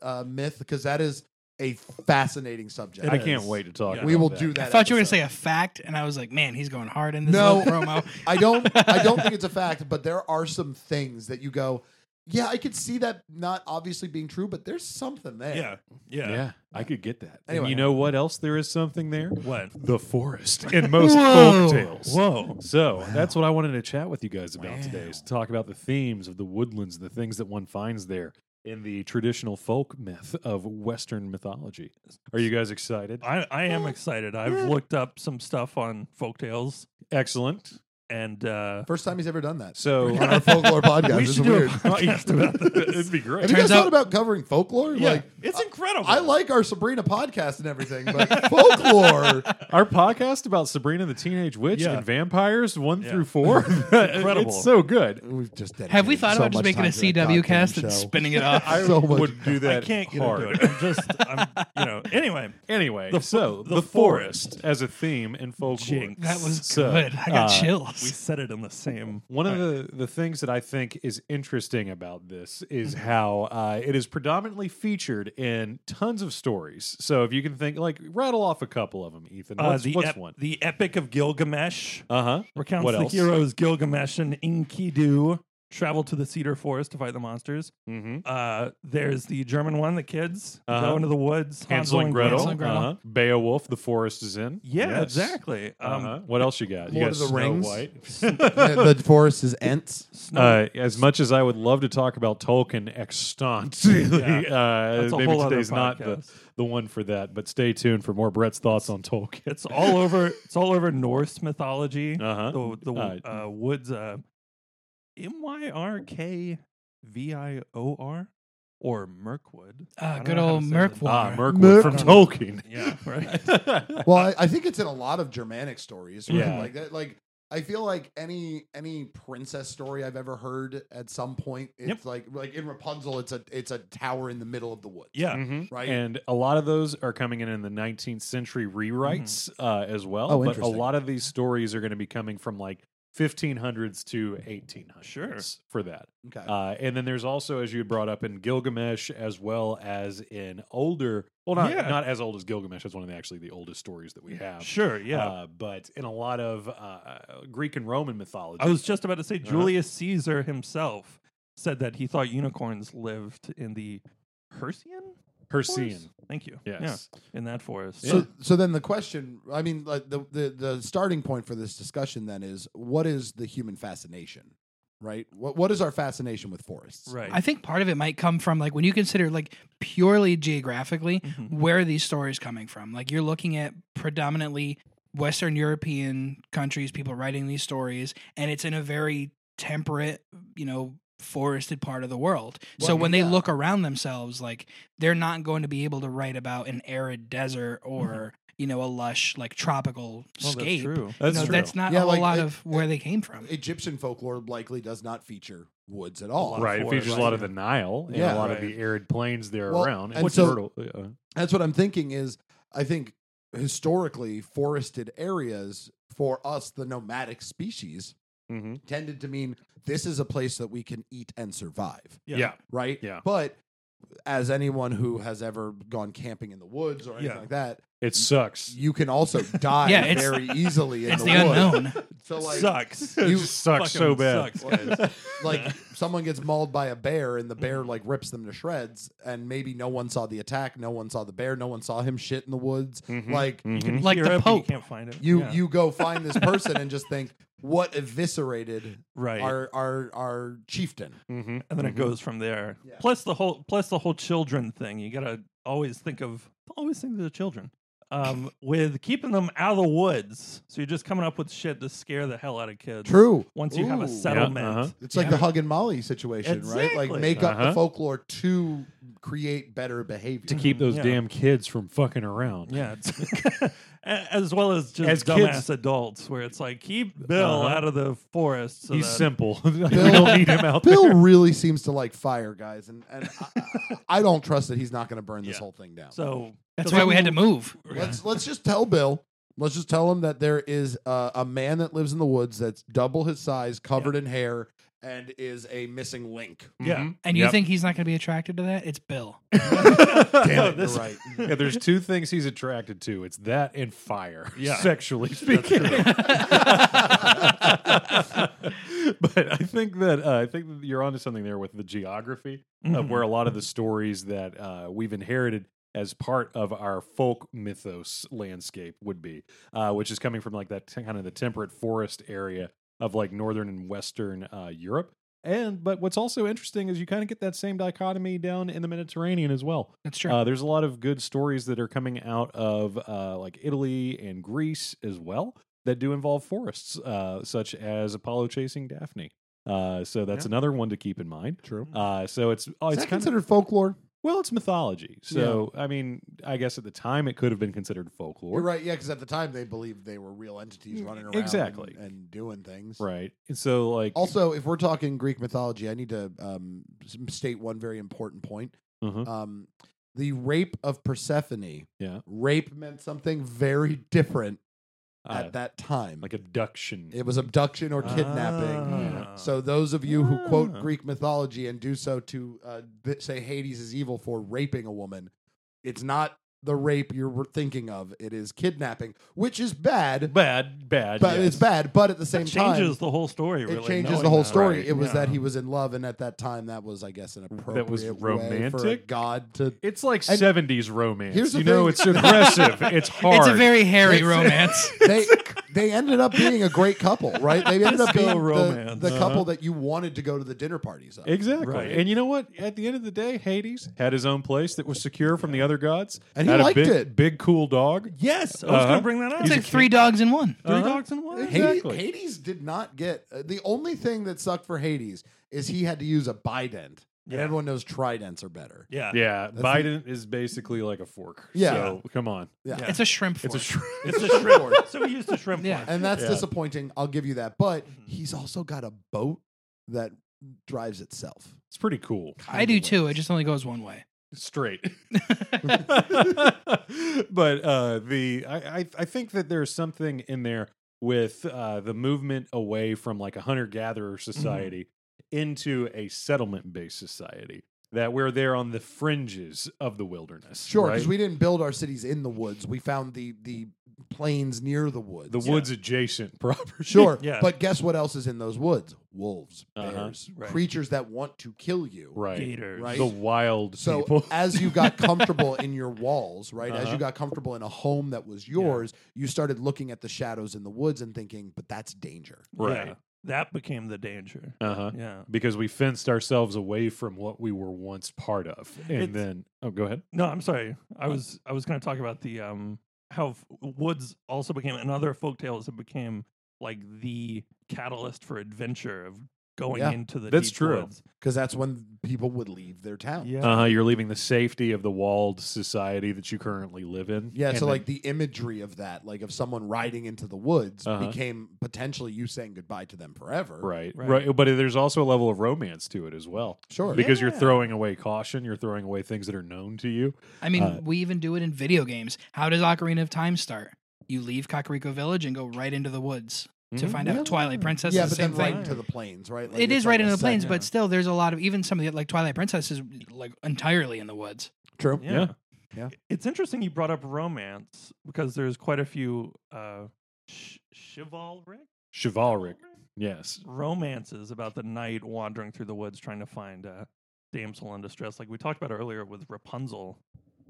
[SPEAKER 2] uh, myth because that is a fascinating subject.
[SPEAKER 3] I can't wait to talk.
[SPEAKER 4] Yeah.
[SPEAKER 3] about
[SPEAKER 2] We will
[SPEAKER 3] that.
[SPEAKER 2] do that.
[SPEAKER 5] I thought you were gonna
[SPEAKER 2] episode.
[SPEAKER 5] say a fact, and I was like, man, he's going hard in this
[SPEAKER 2] No.
[SPEAKER 5] little promo.
[SPEAKER 2] I don't I don't think it's a fact, but there are some things that you go, yeah, I could see that not obviously being true, but there's something there.
[SPEAKER 4] Yeah, yeah.
[SPEAKER 3] Yeah, I could get that.
[SPEAKER 2] Anyway.
[SPEAKER 3] And you know what else there is something there?
[SPEAKER 4] What?
[SPEAKER 3] The forest in most
[SPEAKER 5] Whoa.
[SPEAKER 3] folk tales.
[SPEAKER 4] Whoa.
[SPEAKER 3] So that's what I wanted to chat with you guys about today is to talk about the themes of the woodlands, the things that one finds there in the traditional folk myth of Western mythology. Are you guys excited?
[SPEAKER 4] I, I am excited. I've looked up some stuff on folktales
[SPEAKER 3] Excellent.
[SPEAKER 4] and uh
[SPEAKER 2] First time he's ever done that.
[SPEAKER 3] So
[SPEAKER 2] on our folklore podcast.
[SPEAKER 4] we
[SPEAKER 2] It's
[SPEAKER 4] should do
[SPEAKER 2] weird.
[SPEAKER 4] a podcast about this.
[SPEAKER 3] it'd be great.
[SPEAKER 2] Have you guys
[SPEAKER 5] Turns
[SPEAKER 2] thought
[SPEAKER 5] out-
[SPEAKER 2] about covering folklore?
[SPEAKER 4] Yeah,
[SPEAKER 2] Like,
[SPEAKER 4] it's incredible.
[SPEAKER 2] I like our Sabrina podcast and everything, but folklore.
[SPEAKER 3] Our podcast about Sabrina the Teenage Witch
[SPEAKER 4] Yeah.
[SPEAKER 3] and vampires one
[SPEAKER 4] Yeah.
[SPEAKER 3] through four.
[SPEAKER 4] Incredible.
[SPEAKER 3] It's so good.
[SPEAKER 2] We've just
[SPEAKER 5] Have we thought about just making a CW cast and
[SPEAKER 2] It's
[SPEAKER 5] spinning it off?
[SPEAKER 3] I
[SPEAKER 2] So much-
[SPEAKER 3] would do
[SPEAKER 4] I
[SPEAKER 3] that
[SPEAKER 4] can't get
[SPEAKER 3] hard.
[SPEAKER 4] into it. I'm just I'm you know Anyway,
[SPEAKER 3] Anyway,
[SPEAKER 4] The fo-
[SPEAKER 3] so
[SPEAKER 4] the
[SPEAKER 3] the, forest. as a theme in folklore.
[SPEAKER 4] Jinx.
[SPEAKER 5] That was
[SPEAKER 3] So,
[SPEAKER 5] good. I got
[SPEAKER 3] uh,
[SPEAKER 4] we
[SPEAKER 5] chills.
[SPEAKER 4] said it in the same.
[SPEAKER 3] One of the, the things that I think is interesting about this is
[SPEAKER 4] Mm-hmm.
[SPEAKER 3] how uh, it is predominantly featured in tons of stories. So if you can think, like, rattle off a couple of them, Ethan.
[SPEAKER 4] Uh,
[SPEAKER 3] What's,
[SPEAKER 4] the,
[SPEAKER 3] what's
[SPEAKER 4] ep-
[SPEAKER 3] one?
[SPEAKER 4] the Epic of Gilgamesh
[SPEAKER 3] Uh huh.
[SPEAKER 4] recounts
[SPEAKER 3] What
[SPEAKER 4] the
[SPEAKER 3] else?
[SPEAKER 4] heroes Gilgamesh and Enkidu travel to the cedar forest to fight the monsters.
[SPEAKER 3] Mm-hmm.
[SPEAKER 4] Uh, there's the German one, the kids
[SPEAKER 3] Uh-huh.
[SPEAKER 4] go into the woods.
[SPEAKER 3] Hansel and Gretel.
[SPEAKER 5] Hansel and Gretel.
[SPEAKER 3] Uh-huh. Beowulf, the forest is in.
[SPEAKER 4] Yeah,
[SPEAKER 3] Yes.
[SPEAKER 4] exactly. Um,
[SPEAKER 3] uh-huh. What else you got? You
[SPEAKER 2] Lord
[SPEAKER 3] got
[SPEAKER 2] of the
[SPEAKER 3] Snow
[SPEAKER 2] Rings.
[SPEAKER 3] White.
[SPEAKER 2] the, the forest is Ents.
[SPEAKER 4] Snow-
[SPEAKER 3] Uh, as much as I would love to talk about Tolkien extant, uh,
[SPEAKER 4] That's a
[SPEAKER 3] maybe
[SPEAKER 4] whole other
[SPEAKER 3] today's not the,
[SPEAKER 4] podcast.
[SPEAKER 3] the one for that. But stay tuned for more Brett's thoughts on Tolkien.
[SPEAKER 4] It's all over. It's all over Norse mythology.
[SPEAKER 3] Uh-huh.
[SPEAKER 4] The the
[SPEAKER 3] Uh,
[SPEAKER 4] uh, woods. Uh, M y r k v i o r or Mirkwood.
[SPEAKER 5] Uh,
[SPEAKER 4] don't
[SPEAKER 5] good
[SPEAKER 4] know how to
[SPEAKER 5] old
[SPEAKER 4] say that.
[SPEAKER 5] Mirkwood.
[SPEAKER 3] Ah, Mirkwood
[SPEAKER 2] Merk-
[SPEAKER 3] from Tolkien.
[SPEAKER 4] Yeah, right.
[SPEAKER 2] Well, I, I think it's in a lot of Germanic stories. Right?
[SPEAKER 3] Yeah.
[SPEAKER 2] Like that. Like I feel like any any princess story I've ever heard at some point, it's
[SPEAKER 4] Yep.
[SPEAKER 2] like like in Rapunzel, it's a it's a tower in the middle of the woods.
[SPEAKER 4] Yeah.
[SPEAKER 3] Mhm.
[SPEAKER 2] Right.
[SPEAKER 3] And a lot of those are coming in in the 19th century rewrites uh, as well.
[SPEAKER 2] Oh,
[SPEAKER 3] but a
[SPEAKER 2] interesting.
[SPEAKER 3] lot of these stories are going to be coming from like 1500s to 1800s
[SPEAKER 4] Sure.
[SPEAKER 3] for that.
[SPEAKER 2] Okay.
[SPEAKER 3] Uh, and then there's also, as you had brought up, in Gilgamesh as well as in older, well, not
[SPEAKER 4] Yeah.
[SPEAKER 3] not as old as Gilgamesh. It's one of the actually the oldest stories that we have.
[SPEAKER 4] Sure. Yeah.
[SPEAKER 3] Uh, but in a lot of uh, Greek and Roman mythology.
[SPEAKER 4] I was just about to say
[SPEAKER 3] Ah, Uh-huh.
[SPEAKER 4] Julius Caesar himself said that he thought unicorns lived in the Hercian.
[SPEAKER 3] Hercean.
[SPEAKER 4] Thank you.
[SPEAKER 3] Yes.
[SPEAKER 4] Yeah, in that forest.
[SPEAKER 2] So, so then the question, I mean, like the, the the starting point for this discussion then is what is the human fascination, right? What what is our fascination with forests?
[SPEAKER 4] right.
[SPEAKER 5] I think part of it might come from like when you consider like purely geographically
[SPEAKER 4] Mhm.
[SPEAKER 5] where are these stories coming from. Like you're looking at predominantly Western European countries, people writing these stories, and it's in a very temperate, you know, forested part of the world. so
[SPEAKER 2] Well,
[SPEAKER 5] when
[SPEAKER 2] yeah.
[SPEAKER 5] they look around themselves, like they're not going to be able to write about an arid desert or you know a lush like tropical
[SPEAKER 4] Well, that's
[SPEAKER 5] scape.
[SPEAKER 4] true.
[SPEAKER 5] You
[SPEAKER 3] That's
[SPEAKER 5] know,
[SPEAKER 3] true.
[SPEAKER 5] that's not
[SPEAKER 2] Yeah,
[SPEAKER 5] a whole
[SPEAKER 2] like,
[SPEAKER 5] lot
[SPEAKER 2] it-
[SPEAKER 5] of where they came from.
[SPEAKER 2] Egyptian folklore likely does not feature woods at all.
[SPEAKER 4] lot of
[SPEAKER 3] Right, it
[SPEAKER 4] forest,
[SPEAKER 3] features a lot of the Nile and
[SPEAKER 2] Yeah.
[SPEAKER 3] a lot of
[SPEAKER 4] Right.
[SPEAKER 3] the arid plains there
[SPEAKER 2] Well,
[SPEAKER 3] around.
[SPEAKER 2] and
[SPEAKER 3] which
[SPEAKER 2] so-
[SPEAKER 3] fertile- uh,
[SPEAKER 2] That's what I'm thinking is I think historically forested areas for us the nomadic species
[SPEAKER 3] mhm.
[SPEAKER 2] tended to mean this is a place that we can eat and survive,
[SPEAKER 3] yeah.
[SPEAKER 2] right?
[SPEAKER 3] Yeah.
[SPEAKER 2] But as anyone who has ever gone camping in the woods or anything
[SPEAKER 4] Yeah.
[SPEAKER 2] like that,
[SPEAKER 3] it sucks.
[SPEAKER 2] you can also die
[SPEAKER 5] Yeah, it's-
[SPEAKER 2] very easily in
[SPEAKER 5] It's
[SPEAKER 2] the,
[SPEAKER 5] the
[SPEAKER 2] woods.
[SPEAKER 5] unknown.
[SPEAKER 2] So like
[SPEAKER 4] sucks.
[SPEAKER 3] It
[SPEAKER 2] you-
[SPEAKER 3] just sucks
[SPEAKER 4] fucking
[SPEAKER 3] so bad.
[SPEAKER 4] sucks, guys.
[SPEAKER 2] like someone gets mauled by a bear and the bear like rips them to shreds and maybe no one saw the attack, no one saw the bear, no one saw him shit in the woods.
[SPEAKER 4] Mm-hmm,
[SPEAKER 3] Mhm.
[SPEAKER 2] Like
[SPEAKER 3] Mhm.
[SPEAKER 4] You
[SPEAKER 5] Like
[SPEAKER 4] hear
[SPEAKER 5] the
[SPEAKER 4] it, but
[SPEAKER 5] Pope.
[SPEAKER 4] You can't find it.
[SPEAKER 2] you
[SPEAKER 4] Yeah.
[SPEAKER 2] you go find this person and just think what eviscerated
[SPEAKER 4] right.
[SPEAKER 2] our our our chieftain.
[SPEAKER 3] Mhm.
[SPEAKER 4] and then
[SPEAKER 3] Mhm.
[SPEAKER 4] it goes from there.
[SPEAKER 2] Yeah.
[SPEAKER 4] Plus the whole plus the whole children thing. You gotta always think of always think of the children. Um, with keeping them out of the woods. So you're just coming up with shit to scare the hell out of kids.
[SPEAKER 2] True.
[SPEAKER 4] Once you have
[SPEAKER 2] Ooh.
[SPEAKER 4] a settlement.
[SPEAKER 3] uh-huh.
[SPEAKER 2] It's like the hug and Molly situation, right? Like
[SPEAKER 4] Exactly.
[SPEAKER 2] make up
[SPEAKER 3] Uh-huh.
[SPEAKER 2] the folklore to create better behavior.
[SPEAKER 3] to keep those
[SPEAKER 4] Yeah.
[SPEAKER 3] damn kids from fucking around.
[SPEAKER 4] Yeah, it's- a- as well as just
[SPEAKER 3] As
[SPEAKER 4] dumbass
[SPEAKER 3] kids-
[SPEAKER 4] adults, where it's like keep Bill
[SPEAKER 3] Uh-huh.
[SPEAKER 4] out of the forest. So
[SPEAKER 3] He's
[SPEAKER 4] that-
[SPEAKER 3] simple. we don't need him out
[SPEAKER 2] Bill
[SPEAKER 3] there.
[SPEAKER 2] really seems to like fire guys, and, and I, I don't trust that he's not going to burn this
[SPEAKER 4] Yeah.
[SPEAKER 2] whole thing down.
[SPEAKER 4] So
[SPEAKER 5] That's
[SPEAKER 4] just
[SPEAKER 5] why we had to move.
[SPEAKER 2] Let's let's just tell Bill. Let's just tell him that there is uh, a man that lives in the woods that's double his size, covered in hair, and is a missing link.
[SPEAKER 4] Yeah.
[SPEAKER 5] And you
[SPEAKER 3] Yep.
[SPEAKER 5] think he's not going to be attracted to that? It's Bill.
[SPEAKER 2] Damn it,
[SPEAKER 3] This-
[SPEAKER 2] you're right.
[SPEAKER 3] Yeah,
[SPEAKER 4] uh,
[SPEAKER 3] there's two things he's attracted to. It's that and fire,
[SPEAKER 4] Yeah.
[SPEAKER 3] sexually speaking. but I think that uh, I think that you're onto something there with the geography of
[SPEAKER 4] Mhm.
[SPEAKER 3] where a lot of the stories that uh, we've inherited as part of our folk mythos landscape would be, uh, which is coming from like that t- kind of the temperate forest area of like northern and western uh, Europe. And but what's also interesting is you kind of get that same dichotomy down in the Mediterranean as well.
[SPEAKER 5] That's true.
[SPEAKER 3] Uh, there's a lot of good stories that are coming out of uh, like Italy and Greece as well that do involve forests, uh, such as Apollo chasing Daphne. Uh, so that's
[SPEAKER 2] Yeah.
[SPEAKER 3] another one to keep in mind.
[SPEAKER 2] True.
[SPEAKER 3] Uh, so it's oh,
[SPEAKER 2] Is
[SPEAKER 3] it's
[SPEAKER 2] that
[SPEAKER 3] kind of
[SPEAKER 2] considered folklore?
[SPEAKER 3] well, it's mythology. So I mean, I guess at the time it could have been considered folklore,
[SPEAKER 2] You're right. Yeah, because at the time they believed they were real entities
[SPEAKER 3] Mm,
[SPEAKER 2] running around
[SPEAKER 3] exactly.
[SPEAKER 2] and, and doing things.
[SPEAKER 3] Right. And so like
[SPEAKER 2] Also, if we're talking Greek mythology, I need to um, s- state one very important point.
[SPEAKER 3] Mhm.
[SPEAKER 2] Um, the rape of Persephone,
[SPEAKER 3] Yeah.
[SPEAKER 2] rape meant something very different
[SPEAKER 3] Uh,
[SPEAKER 2] at that time.
[SPEAKER 3] like abduction.
[SPEAKER 2] it was abduction or kidnapping.
[SPEAKER 4] Ah.
[SPEAKER 2] So those of you who quote
[SPEAKER 4] Ah.
[SPEAKER 2] Greek mythology and do so to uh, th- say Hades is evil for raping a woman, it's not the rape you're thinking of. It is kidnapping, which is bad, but,
[SPEAKER 3] bad, bad. yes.
[SPEAKER 2] it's bad. But at the same
[SPEAKER 4] that
[SPEAKER 2] time,
[SPEAKER 4] changes the whole story. Really,
[SPEAKER 2] it changes
[SPEAKER 4] knowing
[SPEAKER 2] the whole
[SPEAKER 4] that.
[SPEAKER 2] story.
[SPEAKER 3] Right.
[SPEAKER 2] It was
[SPEAKER 4] Yeah.
[SPEAKER 2] that he was in love, and at that time, that was, I guess, an appropriate
[SPEAKER 3] was
[SPEAKER 2] way for a
[SPEAKER 3] romantic?
[SPEAKER 2] god to.
[SPEAKER 3] It's like
[SPEAKER 2] And-
[SPEAKER 3] 70s romance.
[SPEAKER 2] Here's the
[SPEAKER 3] you know,
[SPEAKER 2] thing-
[SPEAKER 3] it's aggressive. it's hard.
[SPEAKER 5] It's a very hairy
[SPEAKER 2] It's-
[SPEAKER 5] romance.
[SPEAKER 2] They they ended up being a great couple, right? They ended up
[SPEAKER 4] Disco
[SPEAKER 2] being the,
[SPEAKER 4] romance.
[SPEAKER 2] the
[SPEAKER 3] Uh-huh.
[SPEAKER 2] couple that you wanted to go to the dinner parties of.
[SPEAKER 3] Exactly.
[SPEAKER 4] Right.
[SPEAKER 3] And you know what? At the end of the day, Hades had his own place that was secure from the other gods.
[SPEAKER 2] And he
[SPEAKER 3] had
[SPEAKER 2] liked
[SPEAKER 3] a big,
[SPEAKER 2] it.
[SPEAKER 3] Big, cool dog.
[SPEAKER 4] Yes, I was
[SPEAKER 3] Uh-huh.
[SPEAKER 4] going to bring that up.
[SPEAKER 5] it's like three dogs in one.
[SPEAKER 4] Three
[SPEAKER 3] Uh-huh.
[SPEAKER 4] dogs in one.
[SPEAKER 3] Hey,
[SPEAKER 2] Hades,
[SPEAKER 3] Exactly.
[SPEAKER 2] Hades did not get uh, the only thing that sucked for Hades is he had to use a bident, and
[SPEAKER 4] Yeah.
[SPEAKER 2] everyone knows tridents are better.
[SPEAKER 4] Yeah,
[SPEAKER 3] Yeah.
[SPEAKER 2] That's
[SPEAKER 3] Biden is basically like a fork.
[SPEAKER 2] Yeah.
[SPEAKER 3] So come on.
[SPEAKER 4] Yeah.
[SPEAKER 5] It's a shrimp.
[SPEAKER 3] It's a
[SPEAKER 5] fork.
[SPEAKER 3] tr-
[SPEAKER 4] it's a shrimp. so we used a shrimp.
[SPEAKER 5] Yeah.
[SPEAKER 4] one.
[SPEAKER 2] and that's
[SPEAKER 3] Yeah.
[SPEAKER 2] disappointing. I'll give you that, but
[SPEAKER 4] Mhm.
[SPEAKER 2] he's also got a boat that drives itself.
[SPEAKER 3] it's pretty cool.
[SPEAKER 5] I do too. It just only goes one way.
[SPEAKER 3] straight. but uh, the I, I I think that there's something in there with uh, the movement away from like a hunter gatherer society into a settlement based society that we're there on the fringes of the wilderness.
[SPEAKER 2] Sure,
[SPEAKER 3] right?
[SPEAKER 2] because we didn't build our cities in the woods. We found the the plains near the woods.
[SPEAKER 3] the woods adjacent property.
[SPEAKER 2] Sure,
[SPEAKER 4] Yeah.
[SPEAKER 2] but guess what else is in those woods? Wolves,
[SPEAKER 3] Uh-huh.
[SPEAKER 2] bears,
[SPEAKER 4] Right.
[SPEAKER 2] creatures that want to kill you.
[SPEAKER 3] right.
[SPEAKER 4] Gators.
[SPEAKER 2] Right.
[SPEAKER 3] The wild
[SPEAKER 2] So
[SPEAKER 3] people.
[SPEAKER 2] as you got comfortable in your walls, right? As
[SPEAKER 3] Uh-huh.
[SPEAKER 2] you got comfortable in a home that was yours, you started looking at the shadows in the woods and thinking, "But that's danger."
[SPEAKER 3] Right.
[SPEAKER 4] Yeah. That became the danger.
[SPEAKER 3] uh huh.
[SPEAKER 4] Yeah.
[SPEAKER 3] Because we fenced ourselves away from what we were once part of, and
[SPEAKER 4] It's-
[SPEAKER 3] then oh, go ahead.
[SPEAKER 4] No, I'm sorry. I was I was going to talk about the um how f- woods also became and other folktales that became like the catalyst for adventure of going
[SPEAKER 2] Yeah,
[SPEAKER 4] into the
[SPEAKER 3] that's
[SPEAKER 4] deep
[SPEAKER 3] true.
[SPEAKER 4] woods.
[SPEAKER 2] Because that's when people would leave their town.
[SPEAKER 4] Yeah.
[SPEAKER 3] Uh huh. You're leaving the safety of the walled society that you currently live in.
[SPEAKER 2] Yeah,
[SPEAKER 3] and
[SPEAKER 2] so
[SPEAKER 3] then-
[SPEAKER 2] like the imagery of that, like of someone riding into the woods,
[SPEAKER 3] Uh-huh.
[SPEAKER 2] became potentially you saying goodbye to them forever.
[SPEAKER 3] Right,
[SPEAKER 4] Right.
[SPEAKER 3] right, But there's also a level of romance to it as well,
[SPEAKER 2] Sure.
[SPEAKER 3] because you're
[SPEAKER 4] Yeah.
[SPEAKER 3] throwing away caution, you're throwing away things that are known to you.
[SPEAKER 5] I mean,
[SPEAKER 3] Uh,
[SPEAKER 5] we even do it in video games. How does Ocarina of Time start? You leave Kakariko Village and go right into the woods to
[SPEAKER 3] Mhm.
[SPEAKER 2] Mm-hmm.
[SPEAKER 5] find
[SPEAKER 2] Yeah.
[SPEAKER 5] out Twilight Princess
[SPEAKER 2] yeah,
[SPEAKER 5] is the
[SPEAKER 2] but
[SPEAKER 5] same
[SPEAKER 2] then
[SPEAKER 5] thing.
[SPEAKER 2] right into the plains, right? Like,
[SPEAKER 5] it
[SPEAKER 2] it's
[SPEAKER 5] is
[SPEAKER 2] like
[SPEAKER 5] right
[SPEAKER 2] a
[SPEAKER 5] into the plains,
[SPEAKER 2] set-
[SPEAKER 5] but still, there's a lot of even some of the like Twilight Princess is like entirely in the woods.
[SPEAKER 2] True.
[SPEAKER 4] Yeah.
[SPEAKER 2] Yeah.
[SPEAKER 4] It's interesting you brought up romance because there's quite a few uh sh- chivalric
[SPEAKER 3] Chivalric, yes,
[SPEAKER 4] romances about the knight wandering through the woods trying to find a damsel in distress. Like we talked about earlier with Rapunzel.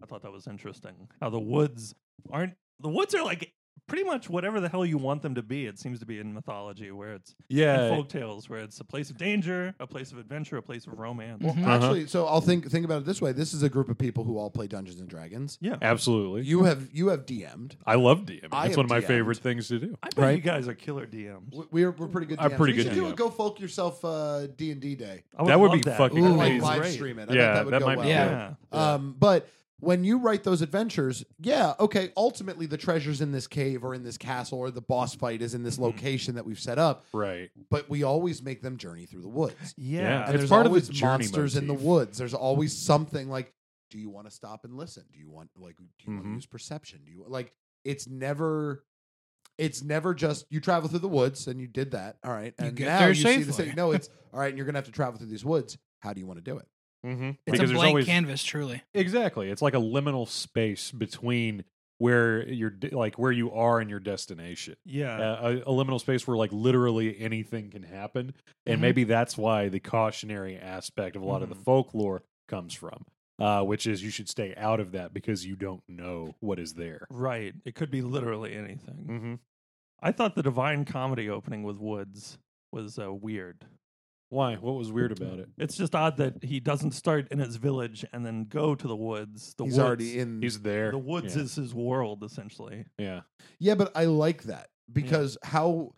[SPEAKER 4] I thought that was interesting. How the woods aren't the woods are like pretty much whatever the hell you want them to be. It seems to be in mythology where it's in
[SPEAKER 3] yeah.
[SPEAKER 4] folk tales where it's a place of danger, a place of adventure, a place of romance.
[SPEAKER 5] Well,
[SPEAKER 3] Uh-huh.
[SPEAKER 2] Actually, so I'll think think about it this way. This is a group of people who all play Dungeons and Dragons.
[SPEAKER 4] yeah.
[SPEAKER 3] Absolutely,
[SPEAKER 2] You have you have DM'd.
[SPEAKER 3] I love DM.
[SPEAKER 2] I
[SPEAKER 3] It's
[SPEAKER 2] am
[SPEAKER 3] one of my
[SPEAKER 2] DM'd.
[SPEAKER 3] favorite things to do.
[SPEAKER 4] I bet
[SPEAKER 2] Right.
[SPEAKER 4] you guys are killer DMs.
[SPEAKER 2] We- We're we're pretty good.
[SPEAKER 3] I'm
[SPEAKER 2] DMs.
[SPEAKER 3] pretty
[SPEAKER 2] we
[SPEAKER 3] good
[SPEAKER 2] should do a
[SPEAKER 3] DM.
[SPEAKER 2] go folk yourself uh, D and D day.
[SPEAKER 4] I
[SPEAKER 3] That would
[SPEAKER 4] love
[SPEAKER 3] be fucking
[SPEAKER 5] Ooh,
[SPEAKER 2] Or, like
[SPEAKER 5] Amazing.
[SPEAKER 2] live
[SPEAKER 4] Great.
[SPEAKER 2] stream it. I
[SPEAKER 3] Yeah,
[SPEAKER 2] bet that would
[SPEAKER 3] that
[SPEAKER 2] go
[SPEAKER 3] might be
[SPEAKER 2] well.
[SPEAKER 5] good. Yeah.
[SPEAKER 4] Yeah.
[SPEAKER 2] Um, but when you write those adventures, yeah, okay. Ultimately, the treasure's in this cave or in this castle or the boss fight is in this location that we've set up.
[SPEAKER 3] Right,
[SPEAKER 2] But we always make them journey through the woods. And
[SPEAKER 3] Yeah. It's
[SPEAKER 2] there's
[SPEAKER 3] part of the
[SPEAKER 2] always
[SPEAKER 3] journey
[SPEAKER 2] monsters in the
[SPEAKER 3] motif.
[SPEAKER 2] woods. There's always something like, do you want to stop and listen? Do you want like do you want to
[SPEAKER 3] Mhm.
[SPEAKER 2] use perception? Do you like? It's never. It's never just you travel through the woods and you did that. All right,
[SPEAKER 5] You
[SPEAKER 2] and
[SPEAKER 5] get
[SPEAKER 2] now
[SPEAKER 5] there
[SPEAKER 2] you see the
[SPEAKER 5] safely.
[SPEAKER 2] same. No, it's all right, and you're gonna have to travel through these woods. How do you want to do it?
[SPEAKER 3] mm-hmm.
[SPEAKER 5] It's a blank canvas, truly.
[SPEAKER 3] Exactly. It's like a liminal space between where you're de- like where you are and your destination.
[SPEAKER 4] Yeah.
[SPEAKER 3] Uh, a, a liminal space where like literally anything can happen, and
[SPEAKER 5] Mhm.
[SPEAKER 3] maybe that's why the cautionary aspect of a lot of the
[SPEAKER 4] Mhm.
[SPEAKER 3] folklore comes from, uh, which is you should stay out of that because you don't know what is there.
[SPEAKER 4] Right. It could be literally anything.
[SPEAKER 3] Mm-hmm.
[SPEAKER 4] I thought the Divine Comedy opening with Woods was uh, weird.
[SPEAKER 3] Why? What was weird about it?
[SPEAKER 4] It's just odd that he doesn't start in his village and then go to the woods. The
[SPEAKER 2] He's
[SPEAKER 4] woods,
[SPEAKER 2] already in.
[SPEAKER 3] He's there.
[SPEAKER 4] the woods
[SPEAKER 3] yeah.
[SPEAKER 4] is his world essentially.
[SPEAKER 3] yeah.
[SPEAKER 2] Yeah, but I like that because how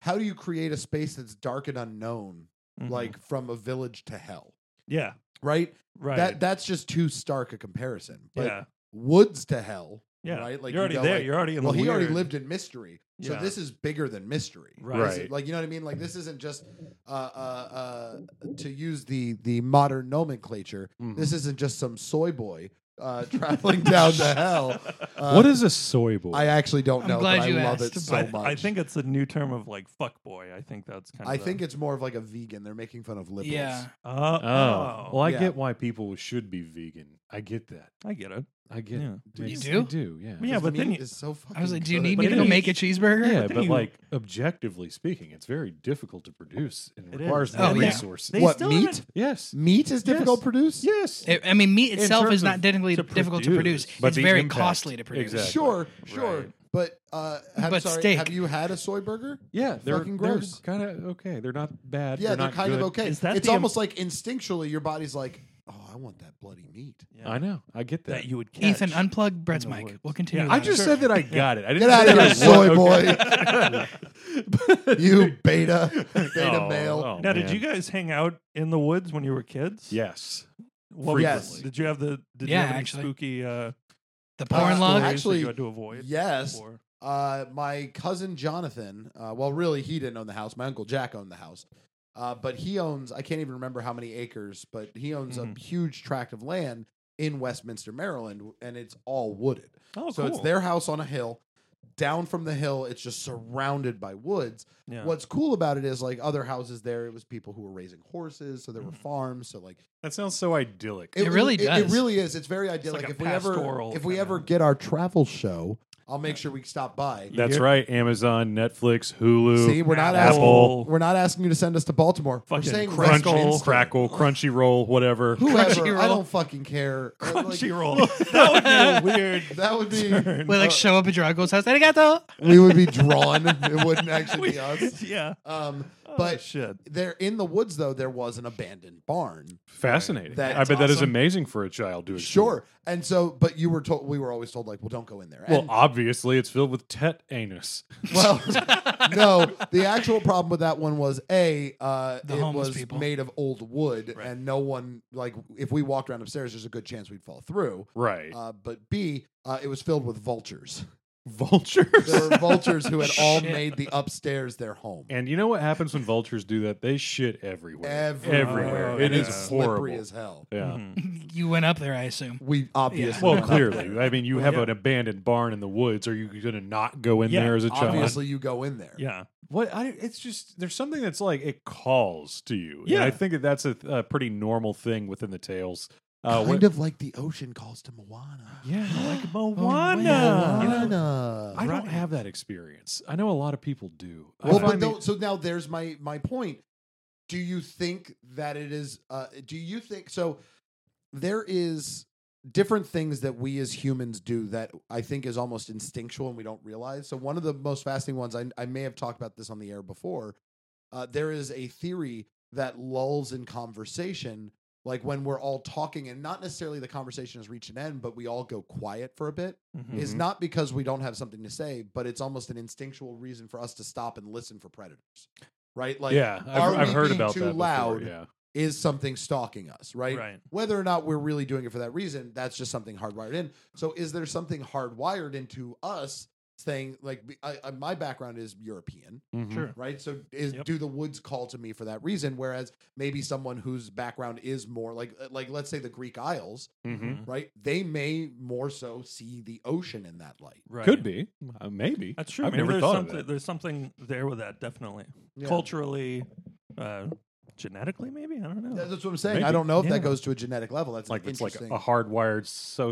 [SPEAKER 2] how do you create a space that's dark and unknown,
[SPEAKER 4] Mhm.
[SPEAKER 2] like from a village to hell?
[SPEAKER 4] yeah,
[SPEAKER 2] Right?
[SPEAKER 4] right.
[SPEAKER 2] That that's just too stark a comparison. But
[SPEAKER 4] yeah,
[SPEAKER 2] woods to hell.
[SPEAKER 4] yeah.
[SPEAKER 2] Right? Like you
[SPEAKER 4] you're already
[SPEAKER 2] go
[SPEAKER 4] there.
[SPEAKER 2] like,
[SPEAKER 4] you're already in
[SPEAKER 2] Well,
[SPEAKER 4] the.
[SPEAKER 2] he already
[SPEAKER 4] weird.
[SPEAKER 2] lived in mystery, so
[SPEAKER 4] Yeah.
[SPEAKER 2] this is bigger than mystery,
[SPEAKER 4] Right.
[SPEAKER 2] This is- Like you know what I mean? Like this isn't just uh, uh, uh, to use the the modern nomenclature.
[SPEAKER 3] Mhm.
[SPEAKER 4] Mm-hmm.
[SPEAKER 2] This isn't just some soy boy uh, traveling down to hell. Uh,
[SPEAKER 3] what is a soy boy?
[SPEAKER 2] I uh, actually don't
[SPEAKER 5] I'm
[SPEAKER 2] know,
[SPEAKER 5] glad
[SPEAKER 2] but I
[SPEAKER 5] you
[SPEAKER 2] love it
[SPEAKER 5] asked,
[SPEAKER 2] so
[SPEAKER 5] but
[SPEAKER 2] much.
[SPEAKER 4] I think it's a new term of like fuck boy. I think that's kind of.
[SPEAKER 2] I think it's more of like a vegan. They're making fun of liberals.
[SPEAKER 5] Yeah.
[SPEAKER 4] Oh,
[SPEAKER 3] oh, well, I
[SPEAKER 2] yeah.
[SPEAKER 3] get why people should be vegan. I get that.
[SPEAKER 4] I get it.
[SPEAKER 3] I get.
[SPEAKER 4] Yeah.
[SPEAKER 3] it makes-
[SPEAKER 5] do?
[SPEAKER 3] I do. Yeah.
[SPEAKER 4] Yeah,
[SPEAKER 2] Because
[SPEAKER 4] but
[SPEAKER 2] the
[SPEAKER 4] then
[SPEAKER 2] meat
[SPEAKER 4] you-
[SPEAKER 2] is so fucking
[SPEAKER 5] I was like, do you
[SPEAKER 2] good.
[SPEAKER 5] need
[SPEAKER 4] But
[SPEAKER 5] me to
[SPEAKER 4] it
[SPEAKER 5] go
[SPEAKER 4] is-
[SPEAKER 5] make a cheeseburger?
[SPEAKER 3] Yeah,
[SPEAKER 4] But
[SPEAKER 3] but
[SPEAKER 4] you-
[SPEAKER 3] like objectively speaking, it's very difficult to produce and
[SPEAKER 4] It
[SPEAKER 3] requires
[SPEAKER 4] is.
[SPEAKER 3] more
[SPEAKER 5] Oh, yeah.
[SPEAKER 3] resources.
[SPEAKER 4] They
[SPEAKER 2] what
[SPEAKER 4] still
[SPEAKER 2] meat?
[SPEAKER 4] haven't-
[SPEAKER 3] Yes.
[SPEAKER 2] Meat is difficult to produce.
[SPEAKER 3] Yes.
[SPEAKER 5] It- I mean, meat
[SPEAKER 3] In
[SPEAKER 5] itself
[SPEAKER 3] terms
[SPEAKER 5] is not
[SPEAKER 3] of
[SPEAKER 5] technically
[SPEAKER 3] to
[SPEAKER 5] difficult to produce.
[SPEAKER 3] produce, but
[SPEAKER 5] it's
[SPEAKER 3] the
[SPEAKER 5] very
[SPEAKER 3] impact.
[SPEAKER 5] costly to produce.
[SPEAKER 3] Exactly.
[SPEAKER 2] Sure, sure.
[SPEAKER 4] Right.
[SPEAKER 2] But uh, I'm
[SPEAKER 5] But
[SPEAKER 2] sorry,
[SPEAKER 5] steak.
[SPEAKER 2] have you had a soy burger?
[SPEAKER 3] Yeah, they're
[SPEAKER 2] Fucking gross.
[SPEAKER 3] They're kind of okay. They're not bad.
[SPEAKER 2] Yeah,
[SPEAKER 3] they're,
[SPEAKER 2] they're,
[SPEAKER 3] not
[SPEAKER 2] kind
[SPEAKER 3] good.
[SPEAKER 2] of okay.
[SPEAKER 4] Is that
[SPEAKER 2] It's
[SPEAKER 4] the-
[SPEAKER 2] almost like instinctually your body's like, oh, I want that bloody meat.
[SPEAKER 4] Yeah.
[SPEAKER 3] I know. I get that.
[SPEAKER 4] that you would catch.
[SPEAKER 5] Ethan, unplug Brett's
[SPEAKER 4] In the
[SPEAKER 5] mic.
[SPEAKER 4] woods.
[SPEAKER 5] We'll continue.
[SPEAKER 4] Yeah,
[SPEAKER 5] with
[SPEAKER 3] I
[SPEAKER 5] that.
[SPEAKER 3] just
[SPEAKER 4] Sure.
[SPEAKER 3] said that I got it. I didn't
[SPEAKER 2] Get out
[SPEAKER 3] say
[SPEAKER 2] of here,
[SPEAKER 3] that I
[SPEAKER 2] soy
[SPEAKER 3] won. Okay.
[SPEAKER 2] boy. you beta, beta
[SPEAKER 3] Oh,
[SPEAKER 2] male.
[SPEAKER 3] oh,
[SPEAKER 4] now, did
[SPEAKER 3] man.
[SPEAKER 4] you guys hang out in the woods when you were kids?
[SPEAKER 3] Yes.
[SPEAKER 4] What was-
[SPEAKER 2] Yes.
[SPEAKER 4] Did you have the? Did
[SPEAKER 5] Yeah,
[SPEAKER 4] you have any
[SPEAKER 5] actually.
[SPEAKER 4] spooky uh,
[SPEAKER 5] the porn
[SPEAKER 2] Uh,
[SPEAKER 5] log.
[SPEAKER 4] stories that
[SPEAKER 2] Actually,
[SPEAKER 4] you had to avoid?
[SPEAKER 2] yes.
[SPEAKER 4] Or-
[SPEAKER 2] Uh, my cousin Jonathan, uh, well, really, he didn't own the house. My uncle Jack owned the house. Uh, but he owns, I can't even remember how many acres, but he owns
[SPEAKER 4] Mhm.
[SPEAKER 2] a huge tract of land in Westminster, Maryland, and it's all wooded.
[SPEAKER 4] Oh,
[SPEAKER 2] so it's
[SPEAKER 4] cool.
[SPEAKER 2] their house on a hill. Down from the hill, it's just surrounded by woods.
[SPEAKER 4] Yeah.
[SPEAKER 2] What's cool about it is like other houses there, it was people who were raising horses, so there were
[SPEAKER 4] Mhm.
[SPEAKER 2] farms. So like
[SPEAKER 3] That sounds so idyllic.
[SPEAKER 5] It really
[SPEAKER 2] it, It
[SPEAKER 5] does.
[SPEAKER 2] really is. It's very idyllic.
[SPEAKER 4] like a
[SPEAKER 2] if we ever
[SPEAKER 4] pastoral
[SPEAKER 2] if we
[SPEAKER 4] kinda-
[SPEAKER 2] ever get our travel show, I'll make sure we stop by.
[SPEAKER 3] That's
[SPEAKER 4] Yeah.
[SPEAKER 3] right. Amazon, Netflix, Hulu,
[SPEAKER 2] See, we're not
[SPEAKER 3] Apple,
[SPEAKER 2] asking we're not asking you to send us to Baltimore. We're
[SPEAKER 4] Fucking
[SPEAKER 2] saying
[SPEAKER 4] Crunch-
[SPEAKER 2] Westminster.
[SPEAKER 3] Crackle, Crunchyroll, whatever.
[SPEAKER 2] Whoever,
[SPEAKER 5] Crunchyroll.
[SPEAKER 2] I don't fucking care. Uh, like,
[SPEAKER 4] Crunchyroll. that would be a weird.
[SPEAKER 2] that would be
[SPEAKER 4] turn.
[SPEAKER 5] we like show up at your uncle's house. Arigato.
[SPEAKER 2] we would be drawn. It wouldn't actually be us.
[SPEAKER 4] yeah.
[SPEAKER 2] Um,
[SPEAKER 4] Oh,
[SPEAKER 2] but
[SPEAKER 4] shit.
[SPEAKER 2] there in the woods though, there was an abandoned barn.
[SPEAKER 3] Fascinating.
[SPEAKER 2] That's
[SPEAKER 3] I bet that is
[SPEAKER 5] awesome.
[SPEAKER 3] amazing for a child to explore.
[SPEAKER 2] Sure. And so, but you were told we were always told like, well, don't go in there.
[SPEAKER 3] Well,
[SPEAKER 2] And-
[SPEAKER 3] obviously, it's filled with tet anus.
[SPEAKER 2] Well, no. The actual problem with that one was a uh,
[SPEAKER 5] The
[SPEAKER 2] it
[SPEAKER 5] homeless
[SPEAKER 2] was
[SPEAKER 5] people.
[SPEAKER 2] made of old wood,
[SPEAKER 4] Right.
[SPEAKER 2] and no one like if we walked around upstairs, there's a good chance we'd fall through.
[SPEAKER 3] Right.
[SPEAKER 2] Uh, but B, uh, it was filled with vultures.
[SPEAKER 3] Vultures.
[SPEAKER 2] There were vultures who had all
[SPEAKER 5] Shit.
[SPEAKER 2] made the upstairs their home.
[SPEAKER 3] And you know what happens when vultures do that? They shit everywhere.
[SPEAKER 2] Everywhere.
[SPEAKER 4] Oh,
[SPEAKER 3] It
[SPEAKER 2] And
[SPEAKER 3] is
[SPEAKER 2] it's
[SPEAKER 3] horrible.
[SPEAKER 2] slippery as hell.
[SPEAKER 3] yeah.
[SPEAKER 4] Mhm.
[SPEAKER 5] You went up there, I assume.
[SPEAKER 2] We obviously
[SPEAKER 3] Well,
[SPEAKER 2] went up
[SPEAKER 3] clearly.
[SPEAKER 2] there.
[SPEAKER 3] I mean, you have
[SPEAKER 4] Yeah.
[SPEAKER 3] an abandoned barn in the woods. Are you going to not go in
[SPEAKER 4] Yeah,
[SPEAKER 3] there as a child?
[SPEAKER 2] obviously you go in there.
[SPEAKER 4] Yeah.
[SPEAKER 3] What? I, it's just there's something that's like it calls to you. And
[SPEAKER 4] Yeah.
[SPEAKER 3] I think that that's a, a pretty normal thing within the tales. Uh,
[SPEAKER 2] kind
[SPEAKER 3] what-
[SPEAKER 2] of like the ocean calls to Moana.
[SPEAKER 3] yeah.
[SPEAKER 4] Like
[SPEAKER 3] Moana.
[SPEAKER 4] Moana. You know,
[SPEAKER 2] Moana.
[SPEAKER 3] I
[SPEAKER 4] Right.
[SPEAKER 3] don't have that experience. I know a lot of people do. I
[SPEAKER 2] Well, but
[SPEAKER 3] find the-
[SPEAKER 2] though, so now there's my my point. Do you think that it is? Uh, do you think so? There is different things that we as humans do that I think is almost instinctual and we don't realize. So one of the most fascinating ones I, I may have talked about this on the air before. Uh, there is a theory that lulls in conversation, like when we're all talking and not necessarily the conversation has reached an end, but we all go quiet for a bit
[SPEAKER 4] Mhm.
[SPEAKER 2] is not because we don't have something to say, but it's almost an instinctual reason for us to stop and listen for predators, right? Like,
[SPEAKER 3] yeah,
[SPEAKER 2] are
[SPEAKER 3] I've, I've
[SPEAKER 2] we
[SPEAKER 3] heard
[SPEAKER 2] being
[SPEAKER 3] about
[SPEAKER 2] too
[SPEAKER 3] that. before,
[SPEAKER 2] loud?
[SPEAKER 3] yeah.
[SPEAKER 2] is something stalking us, right?
[SPEAKER 4] Right.
[SPEAKER 2] Whether or not we're really doing it for that reason, that's just something hardwired in. So, is there something hardwired into us saying, like, I, I, my background is European,
[SPEAKER 3] Mhm.
[SPEAKER 4] Sure.
[SPEAKER 2] right? So, is
[SPEAKER 4] Yep.
[SPEAKER 2] do the woods call to me for that reason? Whereas maybe someone whose background is more like, uh, like let's say the Greek Isles,
[SPEAKER 4] Mm-hmm.
[SPEAKER 3] Mhm.
[SPEAKER 2] right? They may more so see the ocean in that light.
[SPEAKER 4] Right.
[SPEAKER 3] Could be. Uh, maybe.
[SPEAKER 4] That's true.
[SPEAKER 3] I've
[SPEAKER 4] Maybe
[SPEAKER 3] never
[SPEAKER 4] there's
[SPEAKER 3] thought of
[SPEAKER 4] something,
[SPEAKER 3] that.
[SPEAKER 4] There's something there with that, definitely.
[SPEAKER 2] Yeah.
[SPEAKER 4] Culturally, uh, genetically, maybe? I don't know.
[SPEAKER 2] That's what I'm saying. I
[SPEAKER 3] Maybe.
[SPEAKER 2] don't know if
[SPEAKER 4] Yeah.
[SPEAKER 2] that goes to a genetic level. That's
[SPEAKER 3] like it's like
[SPEAKER 2] interesting.
[SPEAKER 3] a hardwired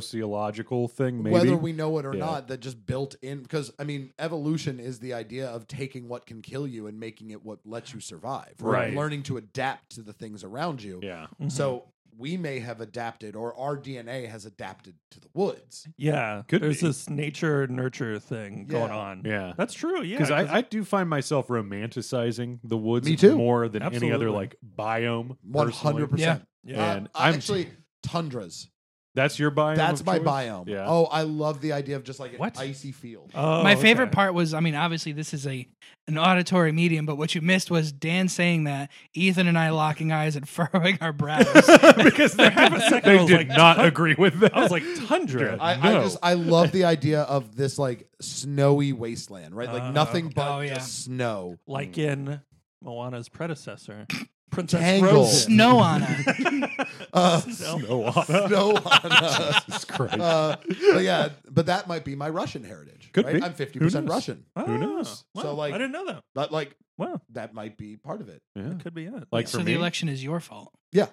[SPEAKER 3] sociological thing. Maybe.
[SPEAKER 2] Whether we know it or
[SPEAKER 3] Yeah.
[SPEAKER 2] not, that just built in. Because I mean, evolution is the idea of taking what can kill you and making it what lets you survive.
[SPEAKER 3] Right.
[SPEAKER 2] Learning to adapt to the things around you.
[SPEAKER 3] yeah.
[SPEAKER 4] Mhm.
[SPEAKER 2] So we may have adapted, or our DNA has adapted to the woods.
[SPEAKER 4] yeah,
[SPEAKER 3] Could
[SPEAKER 4] there's
[SPEAKER 3] be.
[SPEAKER 4] this nature nurture thing going
[SPEAKER 2] Yeah.
[SPEAKER 4] on.
[SPEAKER 3] Yeah.
[SPEAKER 4] That's true. Yeah.
[SPEAKER 3] because I, I do find myself romanticizing the woods
[SPEAKER 2] Me too.
[SPEAKER 3] more than any other
[SPEAKER 4] Absolutely.
[SPEAKER 3] like biome.
[SPEAKER 2] One
[SPEAKER 3] personally.
[SPEAKER 2] hundred percent. Uh,
[SPEAKER 4] yeah.
[SPEAKER 3] And I'm-
[SPEAKER 2] Actually, tundras.
[SPEAKER 3] That's your biome.
[SPEAKER 2] That's
[SPEAKER 3] of
[SPEAKER 2] my
[SPEAKER 3] choice?
[SPEAKER 2] biome.
[SPEAKER 3] Yeah.
[SPEAKER 2] Oh, I love the idea of just like an
[SPEAKER 4] What?
[SPEAKER 2] icy field.
[SPEAKER 4] Oh,
[SPEAKER 5] My favorite
[SPEAKER 4] okay.
[SPEAKER 5] part was, I mean, obviously this is a an auditory medium, but what you missed was Dan saying that, Ethan and I locking eyes and furrowing our brows.
[SPEAKER 2] Oh.
[SPEAKER 3] because they,
[SPEAKER 4] half a second I
[SPEAKER 3] they
[SPEAKER 4] was
[SPEAKER 3] did
[SPEAKER 4] like,
[SPEAKER 3] not
[SPEAKER 4] "Tun-"
[SPEAKER 3] agree with that.
[SPEAKER 4] I was like, tundra.
[SPEAKER 3] Yeah.
[SPEAKER 2] I, I
[SPEAKER 3] No.
[SPEAKER 2] just I love the idea of this like snowy
[SPEAKER 3] oh,
[SPEAKER 2] wasteland, right? Like
[SPEAKER 4] Uh,
[SPEAKER 2] nothing but
[SPEAKER 5] oh, yeah.
[SPEAKER 2] just snow.
[SPEAKER 4] like in Moana's predecessor, Princess
[SPEAKER 2] Tangled.
[SPEAKER 4] Rose.
[SPEAKER 5] Snow on it.
[SPEAKER 2] Uh,
[SPEAKER 4] Snow.
[SPEAKER 2] snow on us.
[SPEAKER 3] Jesus Christ.
[SPEAKER 2] Uh, but yeah, but that might be my Russian heritage.
[SPEAKER 3] Could
[SPEAKER 2] right?
[SPEAKER 3] be.
[SPEAKER 2] I'm fifty
[SPEAKER 3] Who
[SPEAKER 2] percent
[SPEAKER 3] knows?
[SPEAKER 2] Russian,
[SPEAKER 3] Who knows?
[SPEAKER 4] oh, Wow.
[SPEAKER 2] So, like-
[SPEAKER 4] I didn't know that.
[SPEAKER 2] but like
[SPEAKER 4] Wow,
[SPEAKER 2] that might be part of it.
[SPEAKER 3] yeah.
[SPEAKER 4] that could be it.
[SPEAKER 3] Like
[SPEAKER 5] so
[SPEAKER 3] for
[SPEAKER 5] the
[SPEAKER 3] me,
[SPEAKER 5] election is your fault.
[SPEAKER 4] yeah.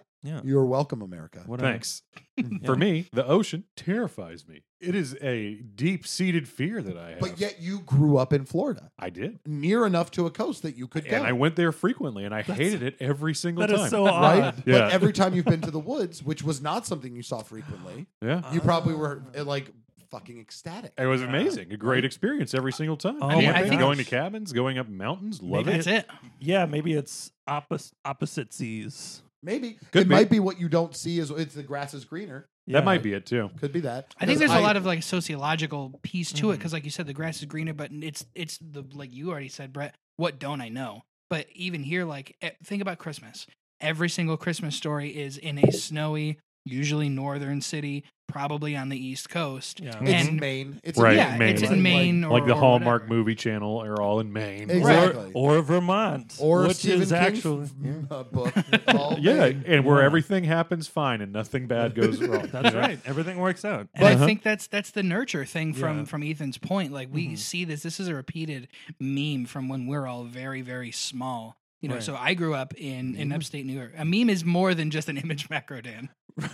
[SPEAKER 2] You're welcome, America.
[SPEAKER 4] What
[SPEAKER 3] thanks.
[SPEAKER 4] Yeah.
[SPEAKER 3] For me, the ocean terrifies me. It is a deep-seated fear that I have.
[SPEAKER 2] But yet you grew up in Florida,
[SPEAKER 3] I did,
[SPEAKER 2] near enough to a coast that you could go.
[SPEAKER 3] and I went there frequently, and I
[SPEAKER 4] That's-
[SPEAKER 3] hated it every single
[SPEAKER 4] That
[SPEAKER 3] time.
[SPEAKER 4] is so
[SPEAKER 2] right?
[SPEAKER 4] odd.
[SPEAKER 3] Yeah.
[SPEAKER 2] But every time you've been to the woods, which was not something you saw frequently,
[SPEAKER 3] yeah,
[SPEAKER 2] you probably were uh, like fucking ecstatic.
[SPEAKER 3] it was amazing. A great experience every single time.
[SPEAKER 4] Oh
[SPEAKER 3] Camping,
[SPEAKER 5] my gosh.
[SPEAKER 3] going to cabins, going up mountains, love
[SPEAKER 5] Maybe
[SPEAKER 3] it.
[SPEAKER 5] that's it.
[SPEAKER 4] Yeah, maybe it's oppos- opposite seas.
[SPEAKER 2] Maybe
[SPEAKER 3] Could
[SPEAKER 2] it
[SPEAKER 3] be.
[SPEAKER 2] might be what you don't see is it's the grass is greener.
[SPEAKER 4] Yeah.
[SPEAKER 3] That might be it too.
[SPEAKER 2] Could be that.
[SPEAKER 5] I think there's
[SPEAKER 2] a
[SPEAKER 5] a lot of like sociological piece to it
[SPEAKER 3] Mm-hmm.
[SPEAKER 4] Mhm.
[SPEAKER 5] because, like you said, the grass is greener, but it's it's the like you already said, Brett. What don't I know? But even here, like e- think about Christmas. Every single Christmas story is in a snowy, usually northern city, probably on the East Coast.
[SPEAKER 4] Yeah.
[SPEAKER 2] it's
[SPEAKER 5] and-
[SPEAKER 2] Maine. It's
[SPEAKER 3] Right,
[SPEAKER 5] yeah,
[SPEAKER 3] Maine.
[SPEAKER 5] it's
[SPEAKER 3] Like-
[SPEAKER 5] in Maine, or,
[SPEAKER 3] like the
[SPEAKER 5] or
[SPEAKER 3] Hallmark
[SPEAKER 5] whatever.
[SPEAKER 3] movie channel are all in Maine.
[SPEAKER 2] Exactly.
[SPEAKER 4] Or, or Vermont,
[SPEAKER 2] or
[SPEAKER 4] which
[SPEAKER 2] Stephen
[SPEAKER 4] is
[SPEAKER 2] King's
[SPEAKER 4] actually
[SPEAKER 2] m- uh, book. It's all
[SPEAKER 3] Yeah,
[SPEAKER 2] Maine.
[SPEAKER 3] and where
[SPEAKER 4] Yeah.
[SPEAKER 3] everything happens fine and nothing bad goes wrong.
[SPEAKER 4] That's
[SPEAKER 3] you know?
[SPEAKER 4] right. Everything works out.
[SPEAKER 5] And
[SPEAKER 3] Uh-huh.
[SPEAKER 5] I think that's that's the nurture thing from
[SPEAKER 4] Yeah.
[SPEAKER 5] from Ethan's point. Like we
[SPEAKER 4] Mhm.
[SPEAKER 5] see this. This is a repeated meme from when we're all very very small. You know,
[SPEAKER 4] Right. Mm-hmm.
[SPEAKER 5] so I grew up in in upstate New York. A meme is more than just an image macro, Dan.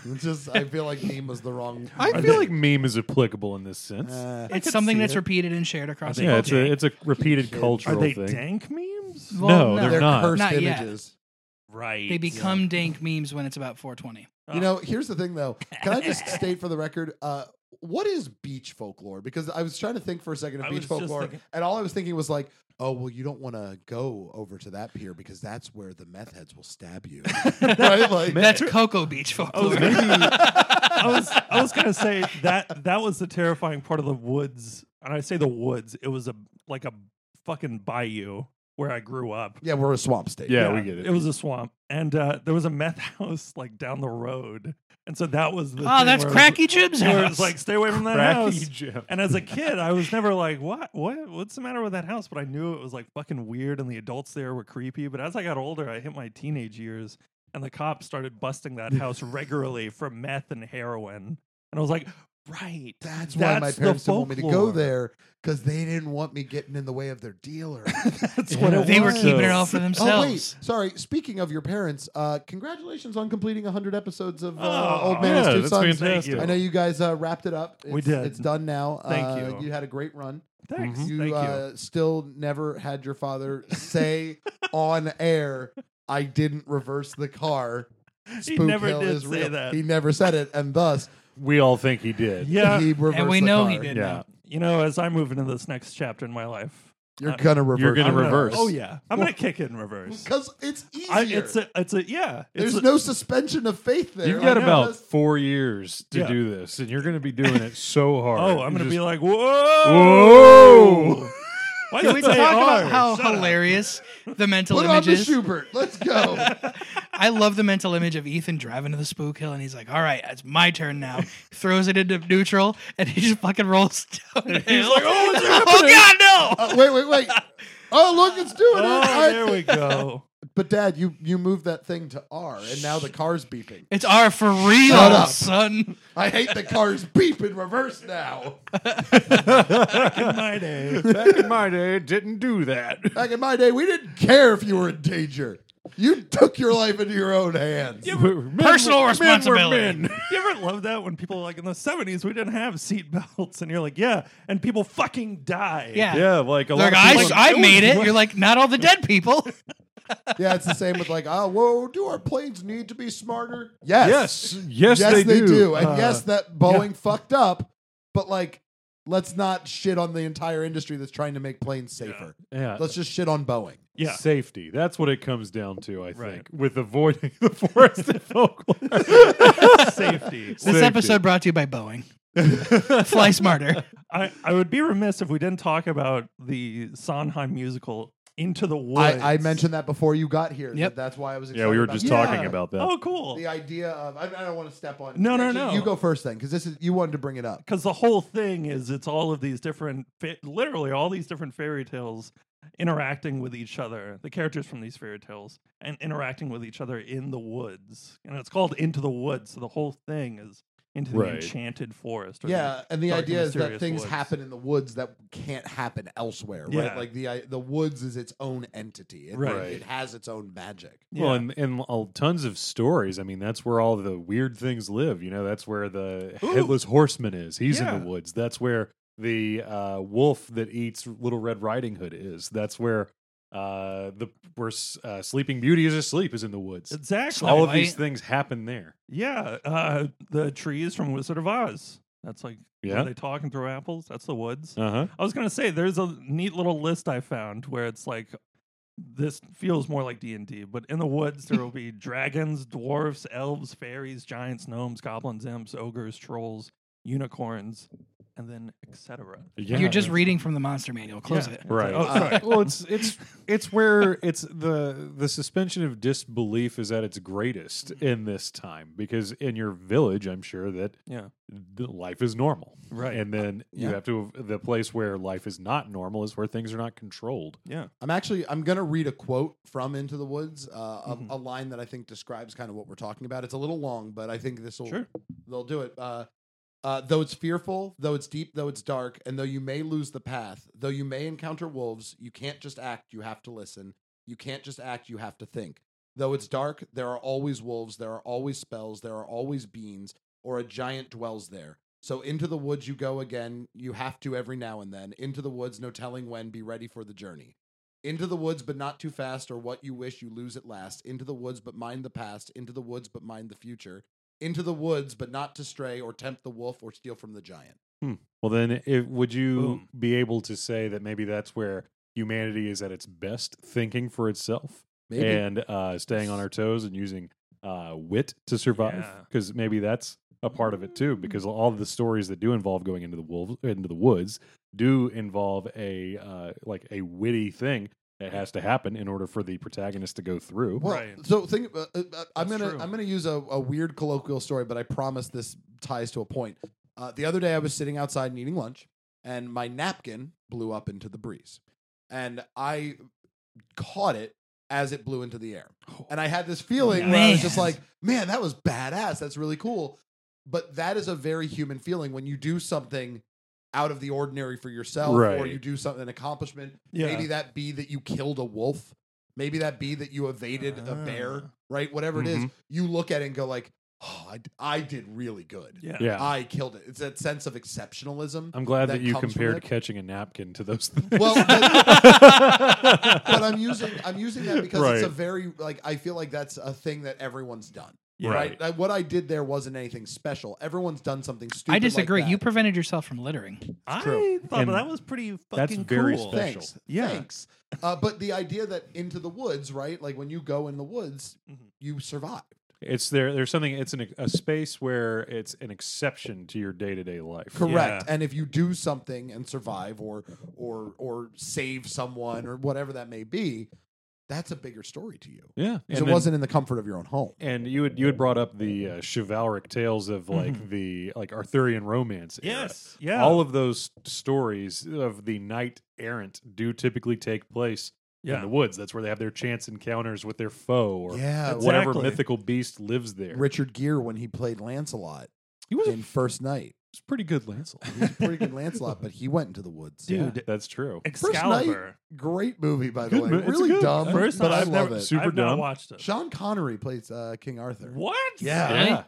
[SPEAKER 2] It's just I feel like meme was the wrong.
[SPEAKER 3] I feel like meme is applicable in this sense.
[SPEAKER 2] Uh,
[SPEAKER 5] It's
[SPEAKER 4] could
[SPEAKER 5] something
[SPEAKER 4] see
[SPEAKER 5] that's
[SPEAKER 4] it.
[SPEAKER 5] repeated and shared across. the
[SPEAKER 3] yeah, it's a
[SPEAKER 5] culture.
[SPEAKER 3] it's a repeated
[SPEAKER 2] Are
[SPEAKER 4] Are
[SPEAKER 3] cultural
[SPEAKER 4] they
[SPEAKER 3] thing.
[SPEAKER 4] dank memes?
[SPEAKER 5] Well,
[SPEAKER 3] no,
[SPEAKER 5] no.
[SPEAKER 3] they're,
[SPEAKER 2] they're
[SPEAKER 3] not.
[SPEAKER 2] cursed
[SPEAKER 5] Not yet.
[SPEAKER 2] images.
[SPEAKER 4] Right.
[SPEAKER 5] they become dank memes when it's about 420.
[SPEAKER 2] You know, here's the thing though. Can I just state for the record? Uh, what is beach folklore? Because I was trying to think for a second of
[SPEAKER 4] I
[SPEAKER 2] beach
[SPEAKER 4] was just
[SPEAKER 2] folklore,
[SPEAKER 4] thinking-
[SPEAKER 2] and all I was thinking was like, oh well, you don't want to go over to that pier because that's where the meth heads will stab you. right? Like, eh,
[SPEAKER 5] That's Cocoa Beach
[SPEAKER 4] Oh,
[SPEAKER 5] folklore.
[SPEAKER 4] maybe I was I was gonna say that that was the terrifying part of the woods. And I say the woods, it was a like a fucking bayou where I grew up.
[SPEAKER 2] yeah, we're a swamp state.
[SPEAKER 3] Yeah, we get it.
[SPEAKER 4] It was a swamp, and uh, there was a meth house like down the road, and so that was the.
[SPEAKER 5] Oh,
[SPEAKER 4] thing
[SPEAKER 5] that's
[SPEAKER 4] where it was-
[SPEAKER 5] Cracky Jib's
[SPEAKER 4] Where it
[SPEAKER 5] house.
[SPEAKER 4] was like, stay away from that
[SPEAKER 3] Cracky
[SPEAKER 4] house.
[SPEAKER 3] Jim.
[SPEAKER 4] And as a kid, I was never like, what, what, what's the matter with that house? But I knew it was like fucking weird, and the adults there were creepy. But as I got older, I hit my teenage years, and the cops started busting that house regularly for meth and heroin. And I was like, right,
[SPEAKER 2] That's why
[SPEAKER 4] That's
[SPEAKER 2] my
[SPEAKER 4] the
[SPEAKER 2] parents didn't want me to go
[SPEAKER 4] folklore.
[SPEAKER 2] there because they didn't want me getting in the way of their dealer.
[SPEAKER 4] that's
[SPEAKER 3] Yeah.
[SPEAKER 4] what it
[SPEAKER 5] they were
[SPEAKER 4] was.
[SPEAKER 5] keeping it all for
[SPEAKER 2] oh wait,
[SPEAKER 5] themselves.
[SPEAKER 2] sorry. Speaking of your parents, uh, congratulations on completing 100 episodes of uh,
[SPEAKER 4] Oh,
[SPEAKER 2] Old Man
[SPEAKER 3] yeah,
[SPEAKER 2] and Two
[SPEAKER 3] that's
[SPEAKER 2] Sons.
[SPEAKER 3] fantastic.
[SPEAKER 4] Thank you.
[SPEAKER 2] I know you guys uh, wrapped it up. It's,
[SPEAKER 4] We did.
[SPEAKER 2] It's done now.
[SPEAKER 4] Thank
[SPEAKER 2] Uh,
[SPEAKER 4] you.
[SPEAKER 2] You had a great run.
[SPEAKER 4] Thanks,
[SPEAKER 2] You,
[SPEAKER 4] thank you.
[SPEAKER 2] Uh, still never had your father say on air, "I didn't reverse the car."
[SPEAKER 4] he
[SPEAKER 2] Spook
[SPEAKER 4] never
[SPEAKER 2] Hill
[SPEAKER 4] did
[SPEAKER 2] is
[SPEAKER 4] say
[SPEAKER 2] real.
[SPEAKER 4] that.
[SPEAKER 2] He never said it, and thus
[SPEAKER 3] We all think he did.
[SPEAKER 4] yeah,
[SPEAKER 2] he reversed.
[SPEAKER 5] and we
[SPEAKER 2] the
[SPEAKER 5] know
[SPEAKER 2] car.
[SPEAKER 5] he did.
[SPEAKER 3] Yeah.
[SPEAKER 4] you know, as I move into this next chapter in my life,
[SPEAKER 2] You're
[SPEAKER 4] Uh,
[SPEAKER 2] gonna reverse.
[SPEAKER 3] You're gonna
[SPEAKER 2] the car.
[SPEAKER 3] reverse.
[SPEAKER 4] oh yeah, I'm gonna kick it in reverse.
[SPEAKER 2] Because it's easier.
[SPEAKER 4] I, it's a, it's a, yeah.
[SPEAKER 2] There's
[SPEAKER 4] it's a-
[SPEAKER 2] no suspension of faith there.
[SPEAKER 3] You've got
[SPEAKER 2] I know.
[SPEAKER 3] about
[SPEAKER 2] That's-
[SPEAKER 3] four years to
[SPEAKER 4] Yeah.
[SPEAKER 3] do this, and you're going to be doing it so hard.
[SPEAKER 4] Oh, I'm
[SPEAKER 3] You're
[SPEAKER 4] gonna
[SPEAKER 3] just-
[SPEAKER 4] be like, whoa,
[SPEAKER 3] Whoa!
[SPEAKER 4] Why
[SPEAKER 5] Can
[SPEAKER 4] did
[SPEAKER 5] we
[SPEAKER 4] it say
[SPEAKER 5] talk about
[SPEAKER 4] R?
[SPEAKER 5] how
[SPEAKER 4] Shut up.
[SPEAKER 5] hilarious the mental
[SPEAKER 2] Put on
[SPEAKER 5] image
[SPEAKER 2] the
[SPEAKER 5] is?
[SPEAKER 2] Schubert. Let's go.
[SPEAKER 5] I love the mental image of Ethan driving to the spook hill and he's like, all right, it's my turn now. Throws it into neutral and he just fucking rolls down. the hill.
[SPEAKER 4] "Oh, what's
[SPEAKER 5] oh, God, no!
[SPEAKER 2] Uh, wait, wait, wait. Oh, look, it's doing it.
[SPEAKER 4] Oh,
[SPEAKER 2] I-
[SPEAKER 4] there we go.
[SPEAKER 2] But Dad, you you moved that thing to R, and now the car's beeping.
[SPEAKER 5] It's R for real,
[SPEAKER 2] up.
[SPEAKER 5] son.
[SPEAKER 2] I hate the car's beep in reverse now.
[SPEAKER 4] In my day.
[SPEAKER 3] Back in my day, didn't do that.
[SPEAKER 2] Back in my day, we didn't care if you were in danger. You took your life into your own hands.
[SPEAKER 5] Personal responsibility.
[SPEAKER 4] You ever love that when people are like in the seventies we didn't have seat belts and you're like, yeah, and people fucking die.
[SPEAKER 5] Yeah.
[SPEAKER 3] Yeah, like a
[SPEAKER 5] They're
[SPEAKER 3] lot
[SPEAKER 5] Like,
[SPEAKER 3] of people.
[SPEAKER 5] I, I made it. You're like, not all the dead people.
[SPEAKER 2] Yeah, it's the same with like, oh, whoa, do our planes need to be smarter? Yes.
[SPEAKER 3] yes, yes,
[SPEAKER 2] yes,
[SPEAKER 3] they, do.
[SPEAKER 2] And
[SPEAKER 4] Uh,
[SPEAKER 2] yes, that Boeing fucked up, but like, let's not shit on the entire industry that's trying to make planes safer.
[SPEAKER 3] yeah,
[SPEAKER 2] Let's just shit on Boeing.
[SPEAKER 4] Yeah.
[SPEAKER 3] safety. That's what it comes down to, I
[SPEAKER 4] Right.
[SPEAKER 3] think, with avoiding the forested folklore.
[SPEAKER 4] Safety.
[SPEAKER 5] This
[SPEAKER 3] Safety.
[SPEAKER 5] episode brought to you by Boeing. Fly smarter.
[SPEAKER 4] I, I would be remiss if we didn't talk about the Sondheim musical into the woods.
[SPEAKER 2] I, I mentioned that before you got here. that
[SPEAKER 5] Yep.
[SPEAKER 2] That's why I was. Excited
[SPEAKER 3] Yeah, we were
[SPEAKER 2] about
[SPEAKER 3] just
[SPEAKER 2] it.
[SPEAKER 4] Yeah.
[SPEAKER 3] talking about that.
[SPEAKER 4] Oh, cool.
[SPEAKER 2] The idea of I, I don't want to step on.
[SPEAKER 4] No, no,
[SPEAKER 2] Actually,
[SPEAKER 4] no.
[SPEAKER 2] You go first then, because this is you wanted to bring it up.
[SPEAKER 4] Because the whole thing is it's all of these different, fa- literally all these different fairy tales interacting with each other, the characters from these fairy tales, and interacting with each other in the woods. And it's called Into the Woods. So the whole thing is into
[SPEAKER 3] Right.
[SPEAKER 4] the enchanted forest. or the-
[SPEAKER 2] Yeah, and the
[SPEAKER 4] dark and
[SPEAKER 2] idea is that
[SPEAKER 4] mysterious
[SPEAKER 2] things
[SPEAKER 4] woods.
[SPEAKER 2] happen in the woods that can't happen elsewhere,
[SPEAKER 4] Yeah.
[SPEAKER 2] right? Like the I- the woods is its own entity. It,
[SPEAKER 4] Right.
[SPEAKER 2] it has its own magic.
[SPEAKER 3] Well,
[SPEAKER 4] Yeah.
[SPEAKER 3] and and uh, tons of stories. I mean, that's where all the weird things live. You know, that's where the
[SPEAKER 4] Ooh.
[SPEAKER 3] headless horseman is. He's in
[SPEAKER 4] Yeah.
[SPEAKER 3] the woods. That's where the uh, wolf that eats Little Red Riding Hood is. That's where uh, the where S- uh, Sleeping Beauty is asleep is in the woods.
[SPEAKER 4] Exactly.
[SPEAKER 3] all of these
[SPEAKER 5] Twilight.
[SPEAKER 3] things happen there.
[SPEAKER 4] Yeah, uh, the trees from Wizard of Oz. That's like, yeah.
[SPEAKER 3] Yeah.
[SPEAKER 4] they talk and throw apples? That's the woods.
[SPEAKER 3] Uh huh.
[SPEAKER 4] I was gonna say there's a neat little list I found where it's like this feels more like D and D, but in the woods there will be dragons, dwarfs, elves, fairies, giants, gnomes, goblins, imps, ogres, trolls, unicorns, and then etc.
[SPEAKER 3] Yeah.
[SPEAKER 5] You're just reading from the monster manual. Close
[SPEAKER 4] Yeah.
[SPEAKER 5] it.
[SPEAKER 3] Right.
[SPEAKER 4] Oh, sorry.
[SPEAKER 3] well, it's it's it's where it's the the suspension of disbelief is at its greatest in this time because in your village, I'm sure that
[SPEAKER 4] Yeah.
[SPEAKER 3] th- life is normal,
[SPEAKER 4] Right.
[SPEAKER 3] And then you
[SPEAKER 2] Yeah.
[SPEAKER 3] have to the place where life is not normal is where things are not controlled.
[SPEAKER 4] Yeah.
[SPEAKER 2] I'm actually I'm gonna read a quote from Into the Woods, uh, a,
[SPEAKER 4] Mhm.
[SPEAKER 2] a line that I think describes kind of what we're talking about. It's a little long, but I think this will
[SPEAKER 4] Sure.
[SPEAKER 2] they'll do it. Uh, uh, though it's fearful, though it's deep, though it's dark, and though you may lose the path, though you may encounter wolves, you can't just act, you have to listen. You can't just act, you have to think. Though it's dark, there are always wolves, there are always spells, there are always beans, or a giant dwells there. So into the woods you go again, you have to every now and then. Into the woods, no telling when, be ready for the journey. Into the woods, but not too fast, or what you wish you lose at last. Into the woods, but mind the past. Into the woods, but mind the future into the woods, but not to stray or tempt the wolf or steal from the giant.
[SPEAKER 3] Well, then, if, would you
[SPEAKER 4] Boom.
[SPEAKER 3] be able to say that maybe that's where humanity is at its best, thinking for itself and uh, staying on our toes and using uh, wit to survive?
[SPEAKER 4] Yeah. Mm.
[SPEAKER 3] Because maybe that's a part of it too. Because all the stories that do involve going into the wolves into the woods do involve a uh, like a witty thing that has to happen in order for the protagonist to go through.
[SPEAKER 2] well,
[SPEAKER 4] Right.
[SPEAKER 2] so think. Uh, uh, uh, I'm
[SPEAKER 4] That's
[SPEAKER 2] gonna
[SPEAKER 4] true.
[SPEAKER 2] I'm gonna use a, a weird colloquial story, but I promise this ties to a point. Uh, the other day, I was sitting outside and eating lunch, and my napkin blew up into the breeze, and I caught it as it blew into the air,
[SPEAKER 4] Oh,
[SPEAKER 2] and I had this feeling where I was just
[SPEAKER 5] Man.
[SPEAKER 2] like, "Man, that was badass. That's really cool." But that is a very human feeling when you do something out of the ordinary for yourself, or
[SPEAKER 3] Right.
[SPEAKER 2] you do something an accomplishment.
[SPEAKER 4] Yeah.
[SPEAKER 2] Maybe that be that you killed a wolf. Maybe that be that you evaded a bear,
[SPEAKER 4] Ah.
[SPEAKER 2] right? Whatever it is,
[SPEAKER 3] Mhm.
[SPEAKER 2] you look at it and go like, oh, I, d- I did really good.
[SPEAKER 4] Yeah. Um,
[SPEAKER 3] yeah.
[SPEAKER 2] I killed it. It's that sense of exceptionalism.
[SPEAKER 3] I'm glad that,
[SPEAKER 2] that
[SPEAKER 3] you
[SPEAKER 2] comes from
[SPEAKER 3] compared
[SPEAKER 2] it.
[SPEAKER 3] catching a napkin to those things.
[SPEAKER 2] Well,
[SPEAKER 3] but,
[SPEAKER 2] but I'm using I'm using that because it's a
[SPEAKER 3] Right.
[SPEAKER 2] very like I feel like that's a thing that everyone's done.
[SPEAKER 4] Yeah.
[SPEAKER 2] Right? Like, what I did there wasn't anything special. Everyone's done something stupid.
[SPEAKER 5] I
[SPEAKER 2] like
[SPEAKER 5] disagree.
[SPEAKER 2] that.
[SPEAKER 5] you prevented yourself from littering.
[SPEAKER 4] I
[SPEAKER 3] true.
[SPEAKER 4] thought
[SPEAKER 3] And
[SPEAKER 4] that was pretty fucking
[SPEAKER 3] that's very
[SPEAKER 4] cool.
[SPEAKER 3] special.
[SPEAKER 2] Thanks.
[SPEAKER 4] Yeah.
[SPEAKER 2] Thanks. Uh, but the idea that into the woods, right? Like when you go in the woods,
[SPEAKER 4] Mhm.
[SPEAKER 2] you survive.
[SPEAKER 3] It's there. There's something. It's an, a space where it's an exception to your day to day life.
[SPEAKER 2] Correct.
[SPEAKER 4] Yeah.
[SPEAKER 2] And if you do something and survive or or or save someone or whatever that may be, that's a bigger story to you.
[SPEAKER 3] Yeah.
[SPEAKER 2] Because it
[SPEAKER 3] then-
[SPEAKER 2] wasn't in the comfort of your own home.
[SPEAKER 3] And you had you had brought up the uh, chivalric tales of like the like Arthurian romance. era.
[SPEAKER 4] Mm-hmm. Yes. Yeah.
[SPEAKER 3] All of those stories of the knight errant do typically take place in
[SPEAKER 4] yeah.
[SPEAKER 3] the woods. That's where they have their chance encounters with their foe or
[SPEAKER 2] Yeah.
[SPEAKER 4] That's
[SPEAKER 2] what-
[SPEAKER 3] whatever
[SPEAKER 4] Exactly.
[SPEAKER 3] mythical beast lives there.
[SPEAKER 2] Richard Gere when he played Lancelot
[SPEAKER 3] he was a
[SPEAKER 2] in First Night.
[SPEAKER 3] was pretty good Lancel.
[SPEAKER 2] He's a pretty good Lancelot, but he went into the woods.
[SPEAKER 4] Dude.
[SPEAKER 3] Yeah, that's true.
[SPEAKER 2] night-
[SPEAKER 4] Excalibur.
[SPEAKER 2] Great movie, by the
[SPEAKER 3] Good
[SPEAKER 2] way.
[SPEAKER 3] mo- it's a
[SPEAKER 2] really
[SPEAKER 3] good-
[SPEAKER 2] dumb,
[SPEAKER 4] First
[SPEAKER 2] but
[SPEAKER 4] Night
[SPEAKER 2] I
[SPEAKER 4] I've
[SPEAKER 2] love
[SPEAKER 4] never-
[SPEAKER 2] it.
[SPEAKER 3] Super
[SPEAKER 4] I've not
[SPEAKER 3] dumb.
[SPEAKER 4] watched it.
[SPEAKER 2] Sean Connery plays uh, King Arthur.
[SPEAKER 4] What?
[SPEAKER 2] Yeah.
[SPEAKER 5] Really?
[SPEAKER 3] Yeah.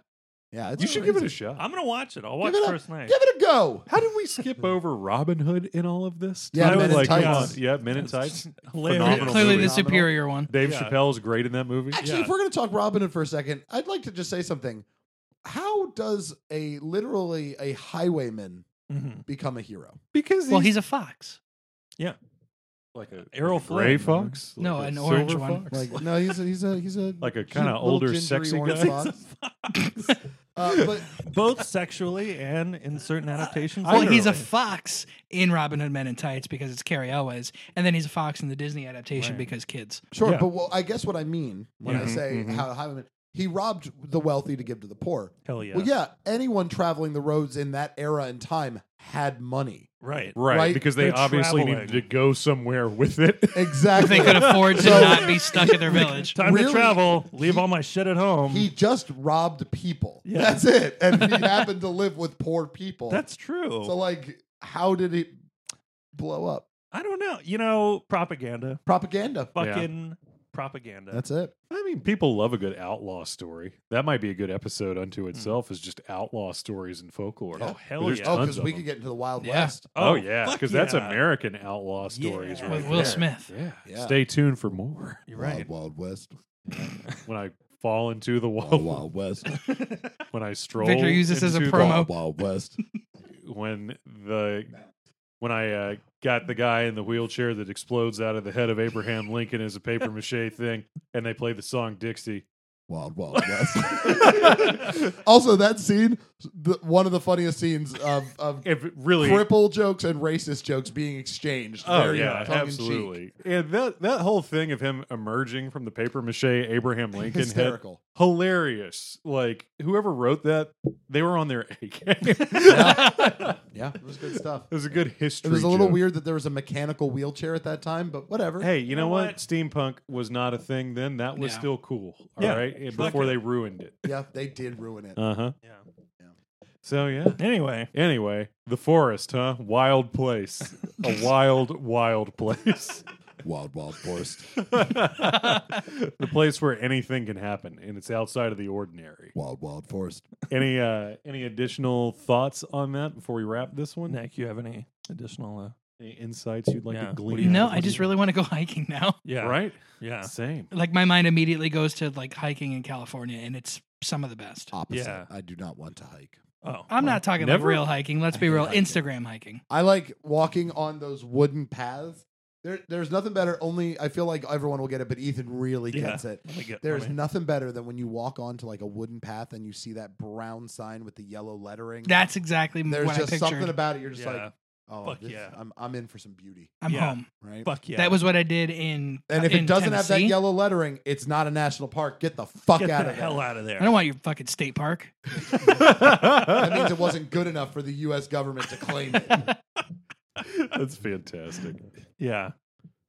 [SPEAKER 2] Yeah, it's
[SPEAKER 3] You should give it a
[SPEAKER 2] amazing.
[SPEAKER 3] shot.
[SPEAKER 4] I'm gonna watch it. I'll watch
[SPEAKER 2] it a-
[SPEAKER 4] first night.
[SPEAKER 2] give it a go.
[SPEAKER 3] How did we skip over Robin Hood in all of this?
[SPEAKER 2] Yeah,
[SPEAKER 3] I
[SPEAKER 2] Men
[SPEAKER 3] was
[SPEAKER 2] in
[SPEAKER 3] like, come
[SPEAKER 2] Tights.
[SPEAKER 3] on. yeah, Men in Tights.
[SPEAKER 4] Hilarious.
[SPEAKER 3] Phenomenal
[SPEAKER 5] Clearly
[SPEAKER 3] movie.
[SPEAKER 5] the superior one.
[SPEAKER 3] Dave
[SPEAKER 4] Yeah.
[SPEAKER 3] Chappelle's great in that movie.
[SPEAKER 2] Actually, if
[SPEAKER 4] Yeah.
[SPEAKER 2] we're going to talk Robin Hood for a second, I'd like to just say something. How does a literally a highwayman
[SPEAKER 4] Mhm.
[SPEAKER 2] become a hero?
[SPEAKER 3] Because
[SPEAKER 5] Well, he's a fox.
[SPEAKER 3] Like a
[SPEAKER 4] Errol
[SPEAKER 3] like a gray
[SPEAKER 4] Flynn, man.
[SPEAKER 3] fox?
[SPEAKER 5] No,
[SPEAKER 3] like a
[SPEAKER 5] an orange
[SPEAKER 3] silver
[SPEAKER 5] one.
[SPEAKER 3] fox?
[SPEAKER 2] Like no, he's a, he's a he's a
[SPEAKER 3] Like a
[SPEAKER 2] cute
[SPEAKER 3] kinda
[SPEAKER 2] little
[SPEAKER 3] older,
[SPEAKER 2] gingery
[SPEAKER 3] sexy
[SPEAKER 2] orange
[SPEAKER 3] guy.
[SPEAKER 2] fox. Uh, but
[SPEAKER 4] Both sexually and in certain adaptations.
[SPEAKER 2] I
[SPEAKER 5] Well, he's a
[SPEAKER 4] literally.
[SPEAKER 5] fox in Robin Hood Men in Tights because it's Carrie Elwes, and then he's a fox in the Disney adaptation
[SPEAKER 4] Right.
[SPEAKER 5] because kids.
[SPEAKER 2] Sure,
[SPEAKER 3] Yeah. Mm-hmm,
[SPEAKER 2] but well, I guess what I mean when I
[SPEAKER 4] Yeah.
[SPEAKER 2] say
[SPEAKER 1] Mhm, mhm.
[SPEAKER 2] how, how I mean, he robbed the wealthy to give to the poor.
[SPEAKER 4] Hell yeah.
[SPEAKER 2] Well, yeah, anyone traveling the roads in that era and time had money.
[SPEAKER 4] Right.
[SPEAKER 3] Right,
[SPEAKER 2] Right?
[SPEAKER 3] because they
[SPEAKER 4] They're
[SPEAKER 3] obviously
[SPEAKER 4] traveling.
[SPEAKER 3] needed to go somewhere with it.
[SPEAKER 2] Exactly.
[SPEAKER 5] They could afford to
[SPEAKER 2] So-
[SPEAKER 5] not be stuck at their village.
[SPEAKER 4] Time
[SPEAKER 2] Really?
[SPEAKER 4] to travel. Leave
[SPEAKER 2] He-
[SPEAKER 4] all my shit at home.
[SPEAKER 2] he just robbed people.
[SPEAKER 4] Yeah.
[SPEAKER 2] That's it. And he happened to live with poor people.
[SPEAKER 4] That's true.
[SPEAKER 2] so like how did it blow up?
[SPEAKER 4] I don't know. You know, propaganda.
[SPEAKER 2] Propaganda.
[SPEAKER 3] Yeah.
[SPEAKER 4] Fucking propaganda.
[SPEAKER 2] That's it.
[SPEAKER 3] I mean, people love a good outlaw story. That might be a good episode unto itself, is just outlaw stories and folklore.
[SPEAKER 2] Yeah.
[SPEAKER 4] oh hell
[SPEAKER 3] There's
[SPEAKER 4] yeah.
[SPEAKER 2] Oh,
[SPEAKER 3] Tons
[SPEAKER 2] because
[SPEAKER 3] of
[SPEAKER 2] we
[SPEAKER 3] them.
[SPEAKER 2] could get into the Wild
[SPEAKER 5] Yeah.
[SPEAKER 2] West.
[SPEAKER 3] Oh, yeah,
[SPEAKER 4] fuck
[SPEAKER 3] because that's
[SPEAKER 4] yeah.
[SPEAKER 3] American outlaw stories,
[SPEAKER 4] Yeah.
[SPEAKER 3] right?
[SPEAKER 5] With Will
[SPEAKER 3] there.
[SPEAKER 5] Smith.
[SPEAKER 3] Yeah.
[SPEAKER 2] Yeah.
[SPEAKER 3] Stay tuned for more.
[SPEAKER 4] You're right.
[SPEAKER 2] Wild, Wild West.
[SPEAKER 3] When I fall into the
[SPEAKER 2] Wild, Wild
[SPEAKER 3] wild,
[SPEAKER 2] West.
[SPEAKER 3] when I stroll.
[SPEAKER 5] Victor, use this as a
[SPEAKER 3] into the-
[SPEAKER 5] promo.
[SPEAKER 2] Wild, Wild West.
[SPEAKER 3] When the when I uh, got the guy in the wheelchair that explodes out of the head of Abraham Lincoln as a paper mache thing, and they play the song Dixie.
[SPEAKER 2] Wild Wild West. also, that scene, the, one of the funniest scenes of, of
[SPEAKER 3] If it really
[SPEAKER 2] cripple jokes and racist jokes being exchanged.
[SPEAKER 3] Oh
[SPEAKER 2] Very tongue
[SPEAKER 3] yeah,
[SPEAKER 2] in cheek.
[SPEAKER 3] absolutely. And that that whole thing of him emerging from the paper mache Abraham Lincoln head,
[SPEAKER 2] Hysterical.
[SPEAKER 3] hilarious. Like whoever wrote that, they were on their A game.
[SPEAKER 2] Yeah, it was good stuff.
[SPEAKER 3] It was a good history.
[SPEAKER 2] It was a little
[SPEAKER 3] joke.
[SPEAKER 2] weird that there was a mechanical wheelchair at that time, but whatever.
[SPEAKER 3] Hey, you know,
[SPEAKER 4] know
[SPEAKER 3] what?
[SPEAKER 4] what?
[SPEAKER 3] Steampunk was not a thing then. That was
[SPEAKER 5] Yeah.
[SPEAKER 3] still cool. All right,
[SPEAKER 4] Yeah.
[SPEAKER 3] And
[SPEAKER 4] Fuck
[SPEAKER 3] before
[SPEAKER 4] it.
[SPEAKER 3] they ruined it.
[SPEAKER 2] Yeah, they did ruin it.
[SPEAKER 3] Uh huh.
[SPEAKER 4] yeah.
[SPEAKER 3] So yeah.
[SPEAKER 4] Anyway,
[SPEAKER 3] Anyway, the forest, huh? Wild place. a wild, wild place.
[SPEAKER 2] Wild Wild Forest.
[SPEAKER 3] the place where anything can happen, and it's outside of the ordinary.
[SPEAKER 2] Wild Wild Forest.
[SPEAKER 3] any uh any additional thoughts on that before we wrap this one
[SPEAKER 4] Nick, you have any additional? Uh,
[SPEAKER 3] any insights you'd like
[SPEAKER 4] Yeah.
[SPEAKER 3] to
[SPEAKER 4] What do
[SPEAKER 3] glean
[SPEAKER 4] you
[SPEAKER 5] No,
[SPEAKER 3] out of
[SPEAKER 5] I
[SPEAKER 3] this?
[SPEAKER 5] just really want to go hiking now.
[SPEAKER 4] yeah.
[SPEAKER 3] right
[SPEAKER 4] Yeah.
[SPEAKER 3] same
[SPEAKER 5] Like my mind immediately goes to like hiking in California, and it's some of the best.
[SPEAKER 2] Opposite.
[SPEAKER 4] Yeah.
[SPEAKER 2] I do not want to hike.
[SPEAKER 4] Oh,
[SPEAKER 5] I'm
[SPEAKER 4] well,
[SPEAKER 5] not talking
[SPEAKER 3] never-
[SPEAKER 5] like real hiking. Let's
[SPEAKER 2] I
[SPEAKER 5] be
[SPEAKER 2] hate
[SPEAKER 5] real,
[SPEAKER 2] hiking.
[SPEAKER 5] Instagram hiking.
[SPEAKER 2] I like walking on those wooden paths. There, there's nothing better. Only I feel like everyone will get it, but Ethan really
[SPEAKER 4] Yeah.
[SPEAKER 2] gets it.
[SPEAKER 4] Let me get.
[SPEAKER 2] There's
[SPEAKER 4] let me-
[SPEAKER 2] nothing better than when you walk onto like a wooden path and you see that brown sign with the yellow lettering.
[SPEAKER 5] That's exactly
[SPEAKER 2] there's
[SPEAKER 5] what I
[SPEAKER 2] just
[SPEAKER 5] pictured.
[SPEAKER 2] something about it. You're just
[SPEAKER 4] Yeah.
[SPEAKER 2] like, oh,
[SPEAKER 4] Fuck
[SPEAKER 2] this-
[SPEAKER 4] yeah.
[SPEAKER 2] I'm I'm in for some beauty,
[SPEAKER 5] I'm
[SPEAKER 4] Yeah.
[SPEAKER 5] home.
[SPEAKER 2] right?
[SPEAKER 4] Fuck yeah.
[SPEAKER 5] That was what I did in.
[SPEAKER 2] And if
[SPEAKER 5] in
[SPEAKER 2] it doesn't have that
[SPEAKER 5] Tennessee.
[SPEAKER 2] yellow lettering, it's not a national park. Get the fuck
[SPEAKER 4] get
[SPEAKER 2] out
[SPEAKER 4] the
[SPEAKER 2] of
[SPEAKER 4] hell
[SPEAKER 2] there.
[SPEAKER 4] out of there.
[SPEAKER 5] I don't want your fucking state park.
[SPEAKER 2] That means it wasn't good enough for the U.S. government to claim it.
[SPEAKER 3] that's fantastic
[SPEAKER 4] yeah.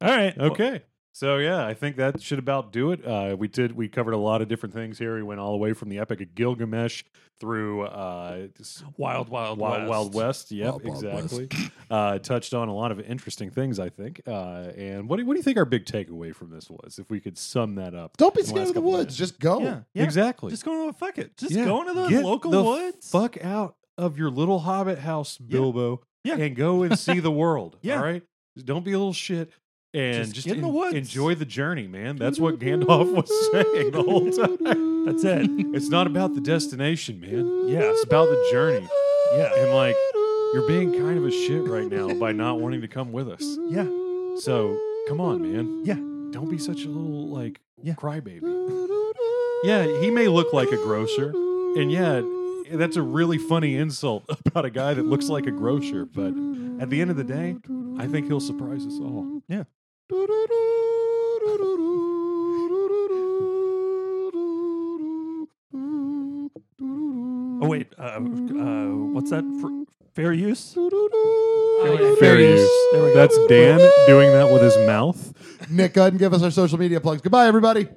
[SPEAKER 4] All right. Well,
[SPEAKER 3] okay so yeah i think that should about do it uh we did we covered a lot of different things here we went all the way from the epic of gilgamesh through uh s-
[SPEAKER 4] Wild, wild,
[SPEAKER 3] Wild
[SPEAKER 4] west.
[SPEAKER 3] Wild West. Yep,
[SPEAKER 2] Wild Wild
[SPEAKER 3] exactly. uh, touched on a lot of interesting things, I think. Uh, and what do, what do you think our big takeaway from this was? If we could sum that up,
[SPEAKER 2] Don't be
[SPEAKER 3] in the last
[SPEAKER 2] scared of the
[SPEAKER 3] couple
[SPEAKER 2] woods.
[SPEAKER 3] minutes?
[SPEAKER 2] Just go.
[SPEAKER 4] Yeah. yeah.
[SPEAKER 3] Exactly.
[SPEAKER 4] Just going to fuck it. Just
[SPEAKER 3] Yeah.
[SPEAKER 4] going to the
[SPEAKER 3] Get
[SPEAKER 4] local
[SPEAKER 3] the
[SPEAKER 4] woods.
[SPEAKER 3] Fuck out of your little hobbit house,
[SPEAKER 4] Yeah.
[SPEAKER 3] Bilbo,
[SPEAKER 4] Yeah.
[SPEAKER 3] and go and see the world.
[SPEAKER 4] Yeah.
[SPEAKER 3] All right. Just Don't be a little shit. And just,
[SPEAKER 4] Just get in the woods.
[SPEAKER 3] enjoy the journey, man. That's what Gandalf was saying the whole time.
[SPEAKER 4] That's it.
[SPEAKER 3] It's not about the destination, man.
[SPEAKER 4] Yeah.
[SPEAKER 3] It's about the journey.
[SPEAKER 4] Yeah.
[SPEAKER 3] And like, you're being kind of a shit right now by not wanting to come with us.
[SPEAKER 4] Yeah.
[SPEAKER 3] So come on, man.
[SPEAKER 4] Yeah.
[SPEAKER 3] Don't be such a little like
[SPEAKER 4] Yeah.
[SPEAKER 3] crybaby. Yeah, he may look like a grocer, and yeah, that's a really funny insult about a guy that looks like a grocer. But at the end of the day, I think he'll surprise us all.
[SPEAKER 4] Yeah.
[SPEAKER 1] Mm-hmm.
[SPEAKER 4] Oh wait. Uh, uh, what's that? For fair use.
[SPEAKER 5] Fair use.
[SPEAKER 4] There we go.
[SPEAKER 3] That's Dan doing that with his mouth.
[SPEAKER 2] Nick, go ahead and give us our social media plugs. Goodbye, everybody.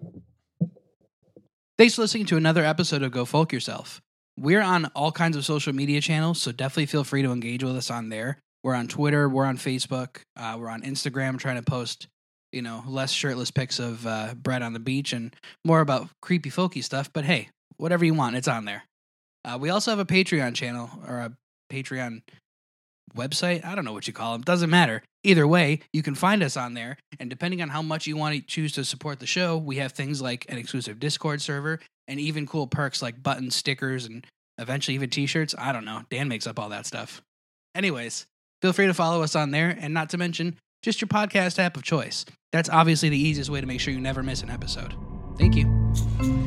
[SPEAKER 5] Thanks for listening to another episode of Go Folk Yourself. We're on all kinds of social media channels, so definitely feel free to engage with us on there. We're on Twitter, we're on Facebook, uh, we're on Instagram, trying to post, you know, less shirtless pics of uh, Brett on the beach and more about creepy folky stuff. But hey, whatever you want, it's on there. Uh, we also have a Patreon channel or a Patreon website. I don't know what you call it. Doesn't matter. Either way, you can find us on there. And depending on how much you want to choose to support the show, we have things like an exclusive Discord server and even cool perks like buttons, stickers, and eventually even t shirts. I don't know. Dan makes up all that stuff. Anyways, feel free to follow us on there. And not to mention, just your podcast app of choice. That's obviously the easiest way to make sure you never miss an episode. Thank you.